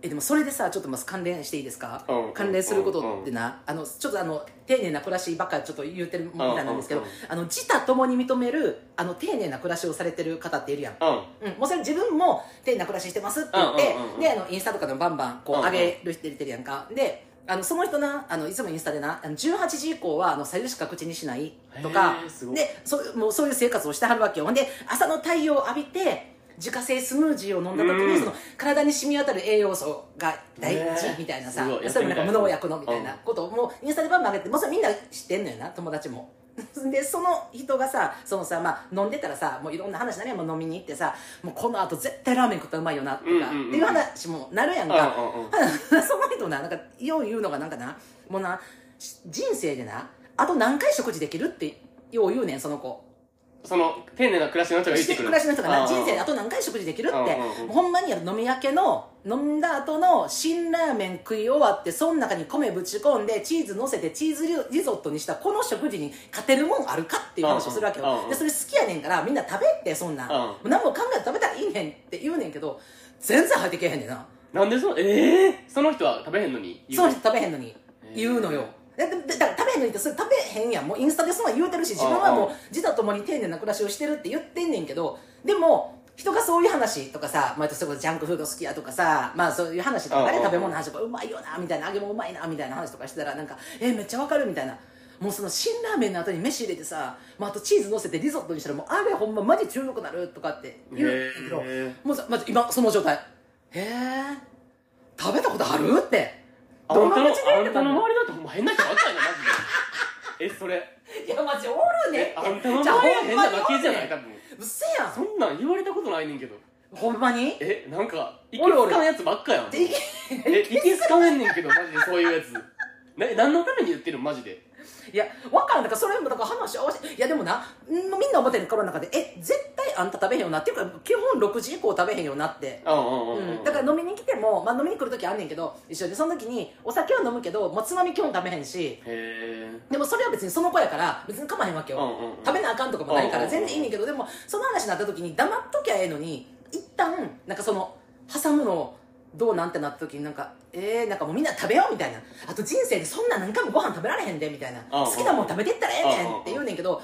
[SPEAKER 2] えでもそれでさちょっとまず関連していいですか、
[SPEAKER 1] うん
[SPEAKER 2] 関連することってな、あのちょっとあの丁寧な暮らしばっかりちょっと言ってるみたいなんですけど、
[SPEAKER 1] うんうんうん
[SPEAKER 2] あの自他ともに認めるあの丁寧な暮らしをされてる方っているやん、
[SPEAKER 1] うん
[SPEAKER 2] うん、もうそれ自分も丁寧な暮らししてますって言って、
[SPEAKER 1] うんうんうんうん
[SPEAKER 2] であのインスタとかでもバンバンこう
[SPEAKER 1] うんうん
[SPEAKER 2] 上げる人入れてるやんか、であのその人なあのいつもインスタでなあの18時以降はあの左右しか口にしないとか
[SPEAKER 1] へーすごい
[SPEAKER 2] でそうもうそういう生活をしてはるわけよほんで朝の太陽を浴びて自家製スムージーを飲んだ時に、
[SPEAKER 1] うん
[SPEAKER 2] その体に染み渡る栄養素が大事
[SPEAKER 1] ねえ
[SPEAKER 2] みたいなさ、
[SPEAKER 1] すごい
[SPEAKER 2] それもなんか
[SPEAKER 1] やってみたい
[SPEAKER 2] 無農薬のみたいなことをもうインスタでバンバン上げてもうそれみんな知ってんのよな友達もでその人がさそのさ、まあ、飲んでたらさもういろんな話になるやんもう飲みに行ってさもうこのあと絶対ラーメン食ったらうまいよなとか、
[SPEAKER 1] うんうんうん
[SPEAKER 2] っていう話もなるやん
[SPEAKER 1] うん
[SPEAKER 2] か、
[SPEAKER 1] うんうん
[SPEAKER 2] その人ななんかよう言うのがなんかなもうなし人生でなあと何回食事できるってよう言うねんその子
[SPEAKER 1] その丁寧な暮らしの人が言ってくる
[SPEAKER 2] 暮らしの人がな
[SPEAKER 1] うんうん
[SPEAKER 2] 人生であと何回食事できる
[SPEAKER 1] うん
[SPEAKER 2] っ
[SPEAKER 1] うん
[SPEAKER 2] て
[SPEAKER 1] うん
[SPEAKER 2] ほんまにやる飲み明けの飲んだ後の辛ラーメン食い終わってその中に米ぶち込んでチーズ乗せてチーズリゾットにしたこの食事に勝てるもんあるかっていう話をするわけ
[SPEAKER 1] うんうんうん
[SPEAKER 2] よ
[SPEAKER 1] うん
[SPEAKER 2] でそれ好きやねんからみんな食べってそんなん
[SPEAKER 1] ん
[SPEAKER 2] もう何も考えて食べたらいいねんって言うねんけど全然入ってけへんねんな
[SPEAKER 1] なんでそのええー、その人は食べへんのに
[SPEAKER 2] その
[SPEAKER 1] う
[SPEAKER 2] 人食べへんのに
[SPEAKER 1] へー
[SPEAKER 2] 言うのよ、だだだから食べへんのにってそれ食べへんやんもうインスタでそんなん言うてるし自分はも
[SPEAKER 1] あ
[SPEAKER 2] う自他ともに丁寧な暮らしをしてるって言ってんねんけどでも人がそういう話とかさ、まあ、それこそジャンクフード好きやとかさ、まあそういう話とか
[SPEAKER 1] ああ
[SPEAKER 2] ね、食べ物の話とか、うまいよな、みたいな、揚げ物うまいな、みたいな話とかしてたら、なんか、えめっちゃわかるみたいな。もうその辛ラーメンの後に飯入れてさ、まああとチーズ乗せてリゾットにしたら、もうあれほんまマジ中毒なるとかって言うんだけど、
[SPEAKER 1] へ
[SPEAKER 2] もうさ、まず今その状態。へえ。食べたことあるって。
[SPEAKER 1] あんたのあ
[SPEAKER 2] 口で言うん
[SPEAKER 1] た
[SPEAKER 2] てた
[SPEAKER 1] の
[SPEAKER 2] の
[SPEAKER 1] 周りだってほんま変な人ばっかりだなマジでえそれ
[SPEAKER 2] いや、マジおるね
[SPEAKER 1] え
[SPEAKER 2] って。
[SPEAKER 1] あんたの
[SPEAKER 2] じゃあ
[SPEAKER 1] 周り
[SPEAKER 2] ほん
[SPEAKER 1] 変
[SPEAKER 2] ま
[SPEAKER 1] な
[SPEAKER 2] に
[SPEAKER 1] だけじゃない
[SPEAKER 2] おる
[SPEAKER 1] 多
[SPEAKER 2] ね
[SPEAKER 1] 分
[SPEAKER 2] うっせやん。
[SPEAKER 1] そんなん言われたことないねんけど
[SPEAKER 2] ほんまに
[SPEAKER 1] えなんかいけ
[SPEAKER 2] おるお
[SPEAKER 1] す
[SPEAKER 2] る
[SPEAKER 1] かんやつばっかやん
[SPEAKER 2] でいけ
[SPEAKER 1] えいけすかんねんけどマジでそういうやつな何のために言ってるのマジで
[SPEAKER 2] いや、わからん。だから、それも、だから話合わせて、いや、でもな、んみんな思ってる心の中で、え、絶対あんた食べへんよな。っていうか、基本6時以降食べへんよなって。
[SPEAKER 1] うんうん
[SPEAKER 2] うん、だから飲みに来ても、まあ、飲みに来る時あんねんけど一緒でその時にお酒は飲むけどもうつまみ基本食べへんし
[SPEAKER 1] へえ
[SPEAKER 2] でもそれは別にその子やから別に構わへんわけよ、
[SPEAKER 1] うんうんうん
[SPEAKER 2] 食べなあかんとかもないか
[SPEAKER 1] うんう
[SPEAKER 2] ら
[SPEAKER 1] んうん
[SPEAKER 2] 全然いいねんけどでもその話になった時に黙っときゃええのに一旦なんかその挟むのどうなんてなった時になんかえー、なんかもうみんな食べようみたいなあと人生でそんな何回もご飯食べられへんでみたいな
[SPEAKER 1] うんうん
[SPEAKER 2] 好きなもん食べてったらええねん
[SPEAKER 1] うん
[SPEAKER 2] って言
[SPEAKER 1] うん
[SPEAKER 2] うねんけど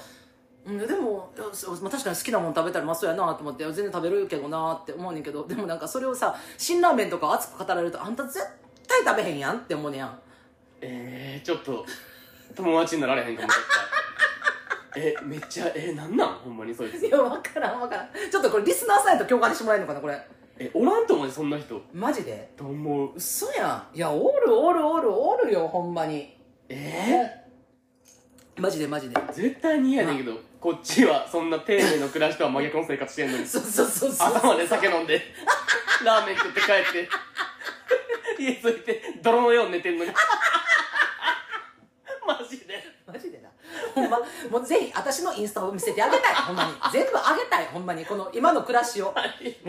[SPEAKER 2] うんでもいやそうまあ確かに好きなもん食べたらまあそうやなと思っていや全然食べるけどなって思うねんけどでもなんかそれをさ辛ラーメンとか熱く語られるとあんた絶対食べへんやんって思うねやん
[SPEAKER 1] えー、ちょっと友達になられへんかも絶 対えめっちゃえなんなんほんまにそい
[SPEAKER 2] い
[SPEAKER 1] つ
[SPEAKER 2] や分からん分からんちょっとこれリスナーさんやと共感してもらえるのかなこれ
[SPEAKER 1] えおらんと思うよそんな人
[SPEAKER 2] マジで
[SPEAKER 1] と思う
[SPEAKER 2] 嘘やんいやおるおるおるおるよほんまに
[SPEAKER 1] え
[SPEAKER 2] マジでマジで
[SPEAKER 1] ー、絶対に嫌やねんけどこっちはそんな丁寧な暮らしとは真逆の生活してんのに
[SPEAKER 2] そうそうそうそう
[SPEAKER 1] 朝まで酒飲んでラーメン食って帰って家着いて泥のように寝てんのにマジで
[SPEAKER 2] マジでなほんまもうぜひ私のインスタを見せてあげたいほんまに全部あげたいほんまにこの今の暮らしを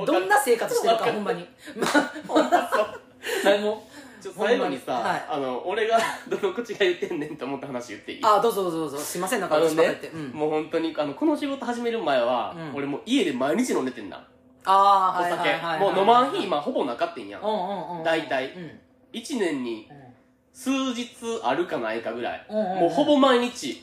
[SPEAKER 2] どんな生活してるかほんまにまあほんま
[SPEAKER 1] 何もちょ
[SPEAKER 2] ほんま
[SPEAKER 1] 最
[SPEAKER 2] に
[SPEAKER 1] 後にさ、
[SPEAKER 2] はい
[SPEAKER 1] あの俺がどの口が言ってんねんと思った話言っていい
[SPEAKER 2] あどうぞどうぞどうぞすいませんなんか
[SPEAKER 1] あの
[SPEAKER 2] 私ばっか
[SPEAKER 1] ね
[SPEAKER 2] り言って、うん
[SPEAKER 1] もう本当にあのこの仕事始める前は、
[SPEAKER 2] うん
[SPEAKER 1] 俺もう家で毎日飲んでてんなお
[SPEAKER 2] ああーはいはい
[SPEAKER 1] 酒、
[SPEAKER 2] はいはい
[SPEAKER 1] もう飲まん日今ほぼなかったんや
[SPEAKER 2] うんうんうん
[SPEAKER 1] 大体
[SPEAKER 2] うん
[SPEAKER 1] 1年に
[SPEAKER 2] う
[SPEAKER 1] 数日あるかないかぐらい、
[SPEAKER 2] うんうんうん
[SPEAKER 1] もうほぼ毎日
[SPEAKER 2] ん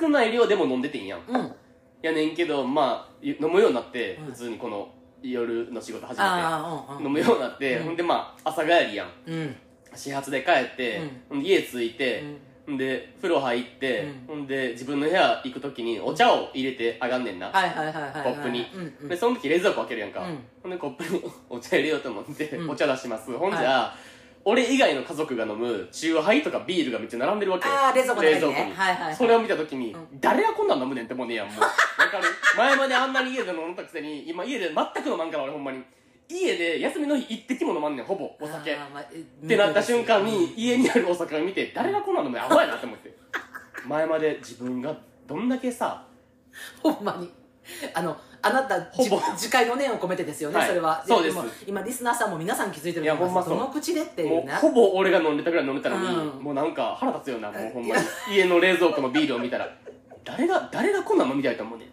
[SPEAKER 1] 少ない量でも飲んでてんやん
[SPEAKER 2] うんうん
[SPEAKER 1] やねんけどまあゆ飲むようになって、
[SPEAKER 2] うん
[SPEAKER 1] 普通にこの夜の仕事始め
[SPEAKER 2] ああ
[SPEAKER 1] て
[SPEAKER 2] うん
[SPEAKER 1] 飲
[SPEAKER 2] うん
[SPEAKER 1] むようになって、
[SPEAKER 2] うん
[SPEAKER 1] ほんでまあ朝帰りやん
[SPEAKER 2] うん
[SPEAKER 1] 始発で帰って、ほんで家着いて、んで風呂入って、
[SPEAKER 2] う
[SPEAKER 1] ほ
[SPEAKER 2] ん
[SPEAKER 1] んで自分の部屋行く時にお茶を入れて上がんねんな、
[SPEAKER 2] はいはいはいはいはい
[SPEAKER 1] コップに
[SPEAKER 2] うんうん
[SPEAKER 1] でその時冷蔵庫開けるやんか、
[SPEAKER 2] うん
[SPEAKER 1] ほんでコップにお茶入れようと思って、
[SPEAKER 2] うん
[SPEAKER 1] お茶出しますほんじゃ、俺以外の家族が飲むチューハイとかビールがめっちゃ並んでるわけよ
[SPEAKER 2] ああ冷蔵庫の中にね
[SPEAKER 1] 冷蔵庫に
[SPEAKER 2] はいはいはい
[SPEAKER 1] それを見た時に、
[SPEAKER 2] うん
[SPEAKER 1] 誰がこんなん飲むねんって思うねんやんもうわかる前まであんなに家で飲んだくせに今家で全く飲まんから俺ほんまに家で休みの日一滴も飲まんねんほぼお酒
[SPEAKER 2] あーまあえ
[SPEAKER 1] ってなった瞬間に家にあるお酒を見て誰がこんなのもやばいなって思って前まで自分がどんだけさ
[SPEAKER 2] ほんまにあのあなた
[SPEAKER 1] ほぼ
[SPEAKER 2] 自戒の念を込めてですよね、
[SPEAKER 1] はい
[SPEAKER 2] それは
[SPEAKER 1] そうです
[SPEAKER 2] も今リスナーさんも皆さん気づいてる
[SPEAKER 1] いやほんまそう
[SPEAKER 2] その口でってい
[SPEAKER 1] も
[SPEAKER 2] う
[SPEAKER 1] う
[SPEAKER 2] ね
[SPEAKER 1] ほぼ俺が飲んでたぐらい飲んでたのに、
[SPEAKER 2] うん
[SPEAKER 1] もうなんか腹立つよなもうほん
[SPEAKER 2] い
[SPEAKER 1] ま
[SPEAKER 2] や
[SPEAKER 1] に家の冷蔵庫のビールを見たら誰が誰がこんなの飲みたいと思うねんっ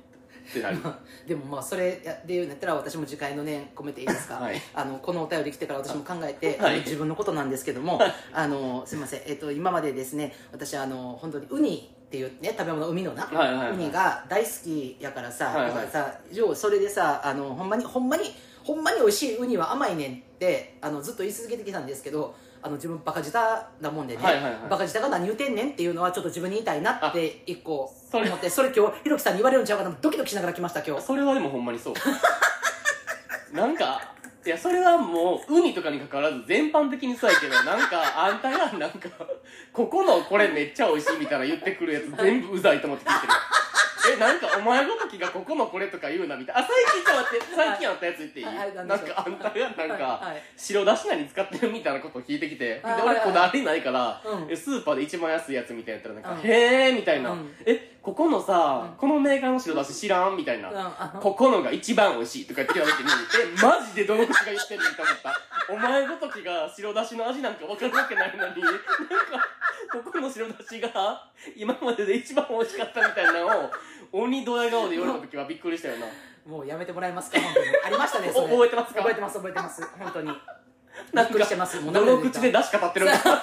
[SPEAKER 1] てなる
[SPEAKER 2] でもまあそれで言うんだったら私も自戒の念込めていいですか、
[SPEAKER 1] はい
[SPEAKER 2] あのこのお便り来てから私も考えて、
[SPEAKER 1] はい
[SPEAKER 2] 自分のことなんですけども、あのすいません、えっと、今までですね私あの本当にウニっていうね食べ物海のな、
[SPEAKER 1] はいはいはい
[SPEAKER 2] ウニが大好きやからさ、
[SPEAKER 1] はいはい
[SPEAKER 2] だからさ要はそれでさあのほんまにほんまにほんまに美味しいウニは甘いねんってあのずっと言い続けてきたんですけどあの自分バカ舌なもんでね、
[SPEAKER 1] はいはいはい
[SPEAKER 2] バカ舌が何言うてんねんっていうのはちょっと自分に言いたいなって一個
[SPEAKER 1] それ
[SPEAKER 2] 思ってそれ今日ひろきさんに言われるんちゃうかなドキドキしながら来ました今日。
[SPEAKER 1] それはでもほんまにそうなんかいやそれはもうウニとかに関わらず全般的にそうやけどなんかあんたがなんかここのこれめっちゃ美味しいみたいな言ってくるやつ全部うざいと思って聞いてるえなんかお前ごときがここのこれとか言うなみたいなあ最近ちょっと待って最近あったやつ言っていい、
[SPEAKER 2] はいはいな
[SPEAKER 1] なんんか
[SPEAKER 2] でしょう
[SPEAKER 1] あんたがなんか、
[SPEAKER 2] はいはい
[SPEAKER 1] 白だしなに使ってるみたいなことを聞いてきて、
[SPEAKER 2] は
[SPEAKER 1] で
[SPEAKER 2] いはい
[SPEAKER 1] 俺
[SPEAKER 2] はい
[SPEAKER 1] こだわりないから、
[SPEAKER 2] うん
[SPEAKER 1] えスーパーで一番安いやつみたいなやったらなんか、
[SPEAKER 2] うん
[SPEAKER 1] へーみたいな、
[SPEAKER 2] うん
[SPEAKER 1] えここのさ、
[SPEAKER 2] うん
[SPEAKER 1] このメーカーの白だし知らんみたいな、
[SPEAKER 2] うんあ
[SPEAKER 1] ここのが一番美味しいとか言って言われて みえマジでどの口が言ってんのと思ったお前ごときが白だしの味なんか分かるわけないのになんかここの白だしが今までで一番美味しかったみたいなのを鬼ドヤ顔で言われた時はびっくりしたよな
[SPEAKER 2] もうやめてもらえますか本当にありましたねそ
[SPEAKER 1] お
[SPEAKER 2] れ
[SPEAKER 1] 覚えてますか
[SPEAKER 2] 覚えてます覚えてます本当にび
[SPEAKER 1] な
[SPEAKER 2] っ
[SPEAKER 1] ん
[SPEAKER 2] くりしてますもう
[SPEAKER 1] どの口で
[SPEAKER 2] だ
[SPEAKER 1] 出し語ってるんか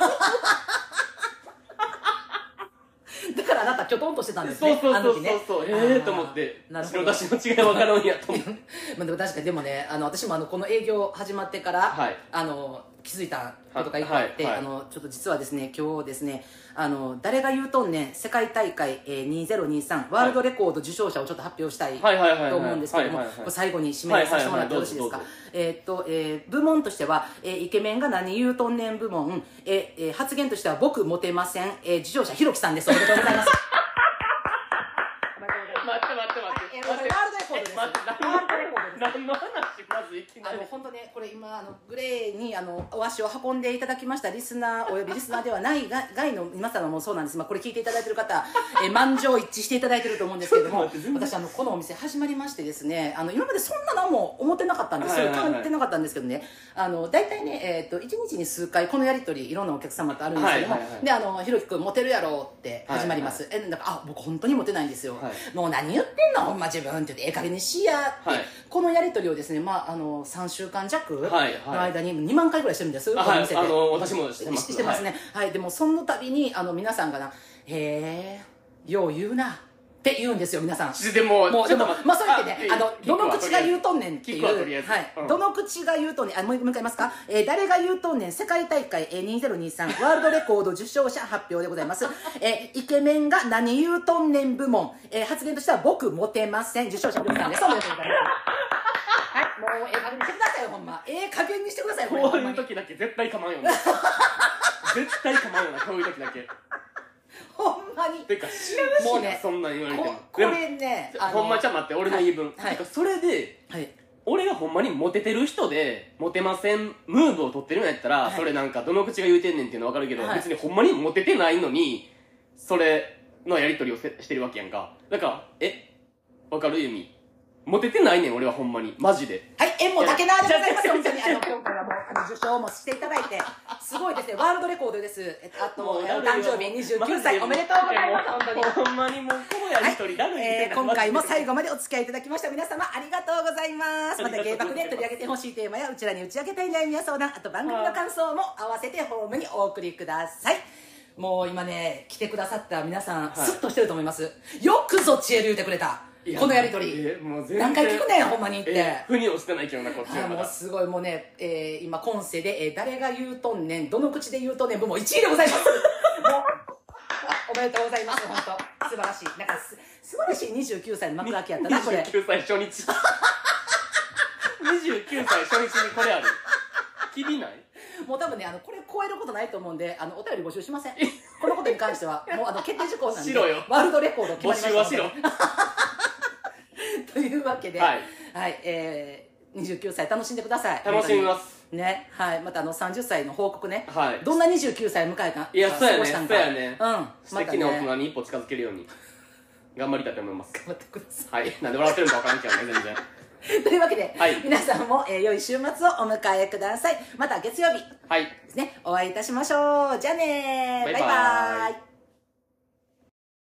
[SPEAKER 2] だからあなたきょとんとしてたんです
[SPEAKER 1] そう
[SPEAKER 2] ね
[SPEAKER 1] そう
[SPEAKER 2] あ
[SPEAKER 1] そ
[SPEAKER 2] の
[SPEAKER 1] うそ
[SPEAKER 2] 時
[SPEAKER 1] う
[SPEAKER 2] ね
[SPEAKER 1] そう、
[SPEAKER 2] あ
[SPEAKER 1] ええ
[SPEAKER 2] ー
[SPEAKER 1] と思って
[SPEAKER 2] なるほ
[SPEAKER 1] 白
[SPEAKER 2] ど
[SPEAKER 1] だしの違い分からんやと思って
[SPEAKER 2] まあでも確かにでもねあの私もあのこの営業始まってから、
[SPEAKER 1] はい
[SPEAKER 2] あの気づいたことが一個あって、
[SPEAKER 1] はいはい
[SPEAKER 2] あのちょっと実はですね今日ですねあの誰が言うとんねん世界大会、えー、2023ワールドレコード受賞者をちょっと発表したい
[SPEAKER 1] はいはいはいはい
[SPEAKER 2] と思うんですけども、
[SPEAKER 1] はいはいはい
[SPEAKER 2] これ最後に締めさせてもらってよろしいですか、
[SPEAKER 1] はいは
[SPEAKER 2] えーっと、えー部門としては、えーイケメンが何言うとんねん部門、えーえー発言としては僕モテません、えー受賞者ひろきさんですおめでとうござ いますおめでとうございます
[SPEAKER 1] 待って待って待って
[SPEAKER 2] えーこれワールドレコードです
[SPEAKER 1] 待って
[SPEAKER 2] ワールドレコードです
[SPEAKER 1] 何の話まずずいきな
[SPEAKER 2] あ
[SPEAKER 1] り
[SPEAKER 2] の本当ね、これ今あのグレーにあの和紙を運んでいただきましたリスナーおよびリ スナーではないが外の皆様もそうなんです。まあこれ聞いていただいてる方、えー満場一致していただいてると思うんですけれ ど
[SPEAKER 1] ちょ
[SPEAKER 2] も
[SPEAKER 1] っと待って全、然
[SPEAKER 2] 私あのこのお店始まりましてですね、あの今までそんなのも思ってなかったんです
[SPEAKER 1] はい
[SPEAKER 2] よ。
[SPEAKER 1] はいはい
[SPEAKER 2] 感じてなかったんですけどね、あの大体ねえっ、と一日に数回このやりとりいろんなお客様とあるんですけども、
[SPEAKER 1] はいはいはい
[SPEAKER 2] であのひろきくんモテるやろって始まります。えなんかあ僕本当にモテないんですよ。
[SPEAKER 1] はい
[SPEAKER 2] もう何言ってんのほんま自分って言ってええ加減にしやって、
[SPEAKER 1] はい
[SPEAKER 2] このやり取りをですね、まあ、あの3週間弱の
[SPEAKER 1] はいはい
[SPEAKER 2] 間に2万回ぐらいしてるんです、
[SPEAKER 1] あ
[SPEAKER 2] こ
[SPEAKER 1] は
[SPEAKER 2] の
[SPEAKER 1] い
[SPEAKER 2] 店で
[SPEAKER 1] あの私もしてます
[SPEAKER 2] ししてますね、はいでもその度にあの皆さんがな「へえよう言うな」って言うんですよ皆さん
[SPEAKER 1] はいでも
[SPEAKER 2] もうでもまあそれって
[SPEAKER 1] で
[SPEAKER 2] ねあのどの口が言うとんねんってい
[SPEAKER 1] 聞くわとりあえ
[SPEAKER 2] う
[SPEAKER 1] ず
[SPEAKER 2] はい
[SPEAKER 1] うん
[SPEAKER 2] どの口が言うとんねんあもうもう一回言いますか、えー誰が言うとんねん世界大会えー2023ワールドレコード受賞者発表でございますえーイケメンが何言うとんねん部門、えー発言としては僕モテません受賞者の皆さんですおめでとうございますはいもうええ加減にしてくださいよほんまええ加減にしてくださいこれ
[SPEAKER 1] こ
[SPEAKER 2] ほ
[SPEAKER 1] うん
[SPEAKER 2] ま
[SPEAKER 1] いう
[SPEAKER 2] に
[SPEAKER 1] 時だけ絶対構わんよな絶対構わんよなこういう時だけ
[SPEAKER 2] ほんまに
[SPEAKER 1] てか知らんし
[SPEAKER 2] もう
[SPEAKER 1] な
[SPEAKER 2] ね
[SPEAKER 1] そんなん言われて
[SPEAKER 2] こ
[SPEAKER 1] も
[SPEAKER 2] これね
[SPEAKER 1] でも
[SPEAKER 2] あの
[SPEAKER 1] ほんまちゃん待って俺の言い分
[SPEAKER 2] はいはい
[SPEAKER 1] てかそれで
[SPEAKER 2] はい
[SPEAKER 1] 俺がほんまにモテてる人でモテませんムーブを取ってるんやったら
[SPEAKER 2] はい
[SPEAKER 1] それなんかどの口が言うてんねんっていうの分かるけど
[SPEAKER 2] はい
[SPEAKER 1] 別にほんまにモテてないのにそれのやり取りをせしてるわけやんかだからえ分かるゆみモテてないねん俺はほんまにマジで
[SPEAKER 2] はい、縁も竹縄でございます、
[SPEAKER 1] いや
[SPEAKER 2] 本当に。あの、今日からもう、あの、受賞もしていただいて、すごいですね、ワールドレコードです。えっとあと、お
[SPEAKER 1] だるい
[SPEAKER 2] 誕
[SPEAKER 1] よ
[SPEAKER 2] 生日29歳、おめでとうございます、本当
[SPEAKER 1] も
[SPEAKER 2] に。
[SPEAKER 1] うほんまにもうこのやりとりだるい
[SPEAKER 2] えー今回も最
[SPEAKER 1] 後
[SPEAKER 2] 後までお付き合いいただきました皆様ありがとうございますまた
[SPEAKER 1] あり
[SPEAKER 2] 芸
[SPEAKER 1] がとう
[SPEAKER 2] 爆
[SPEAKER 1] ご
[SPEAKER 2] で
[SPEAKER 1] ざいます
[SPEAKER 2] 取り上げてほしいテーマやうちらに打ち明けたい悩みや相談あと番組の感想も合わせてホームにお送りくださいもう今ね来てくださった皆さん、
[SPEAKER 1] い
[SPEAKER 2] スッとしてると思いますよくぞ知恵る言うてくれたこのやりとり、
[SPEAKER 1] えーもう全然
[SPEAKER 2] 何回聞くねんほんまにって、
[SPEAKER 1] えー腑に落ちてないけどなこっち
[SPEAKER 2] はい、
[SPEAKER 1] はま
[SPEAKER 2] も
[SPEAKER 1] だ
[SPEAKER 2] うすごいもうね、えー、今今世で、えー、誰が言うとんねんどの口で言うとんねん部門1位でございますもうあおめでとうございます本当素晴らしいなんかす素晴らしい29歳の幕開けやったなこれ
[SPEAKER 1] 29歳初日29歳初日にこれあるきりない
[SPEAKER 2] もう多分ねあのこれ超えることないと思うんであのお便り募集しませんこのことに関してはもうあの決定事項なんで
[SPEAKER 1] しろよ
[SPEAKER 2] ワールドレコード決ま
[SPEAKER 1] 募
[SPEAKER 2] りました
[SPEAKER 1] 集はしろ
[SPEAKER 2] というわけでは
[SPEAKER 1] はいい、
[SPEAKER 2] えー、29歳楽しんでください
[SPEAKER 1] 楽しみます
[SPEAKER 2] ねはいまたあの30歳の報告ね、
[SPEAKER 1] はい
[SPEAKER 2] どんな29歳迎えた
[SPEAKER 1] いやそうやね
[SPEAKER 2] 過ごしたんか
[SPEAKER 1] そうやね
[SPEAKER 2] うん
[SPEAKER 1] 素敵な大人に一歩近づけるように頑張りたいと思います
[SPEAKER 2] 頑張ってくださ
[SPEAKER 1] はいなんで笑ってるのか分からんけどね全然
[SPEAKER 2] いというわけで、
[SPEAKER 1] はい
[SPEAKER 2] 皆さんも、えー良い週末をお迎えくださいまた月曜日
[SPEAKER 1] はい
[SPEAKER 2] ですねお会いいたしましょうじゃあねー
[SPEAKER 1] バイバーイ
[SPEAKER 2] バイバーイ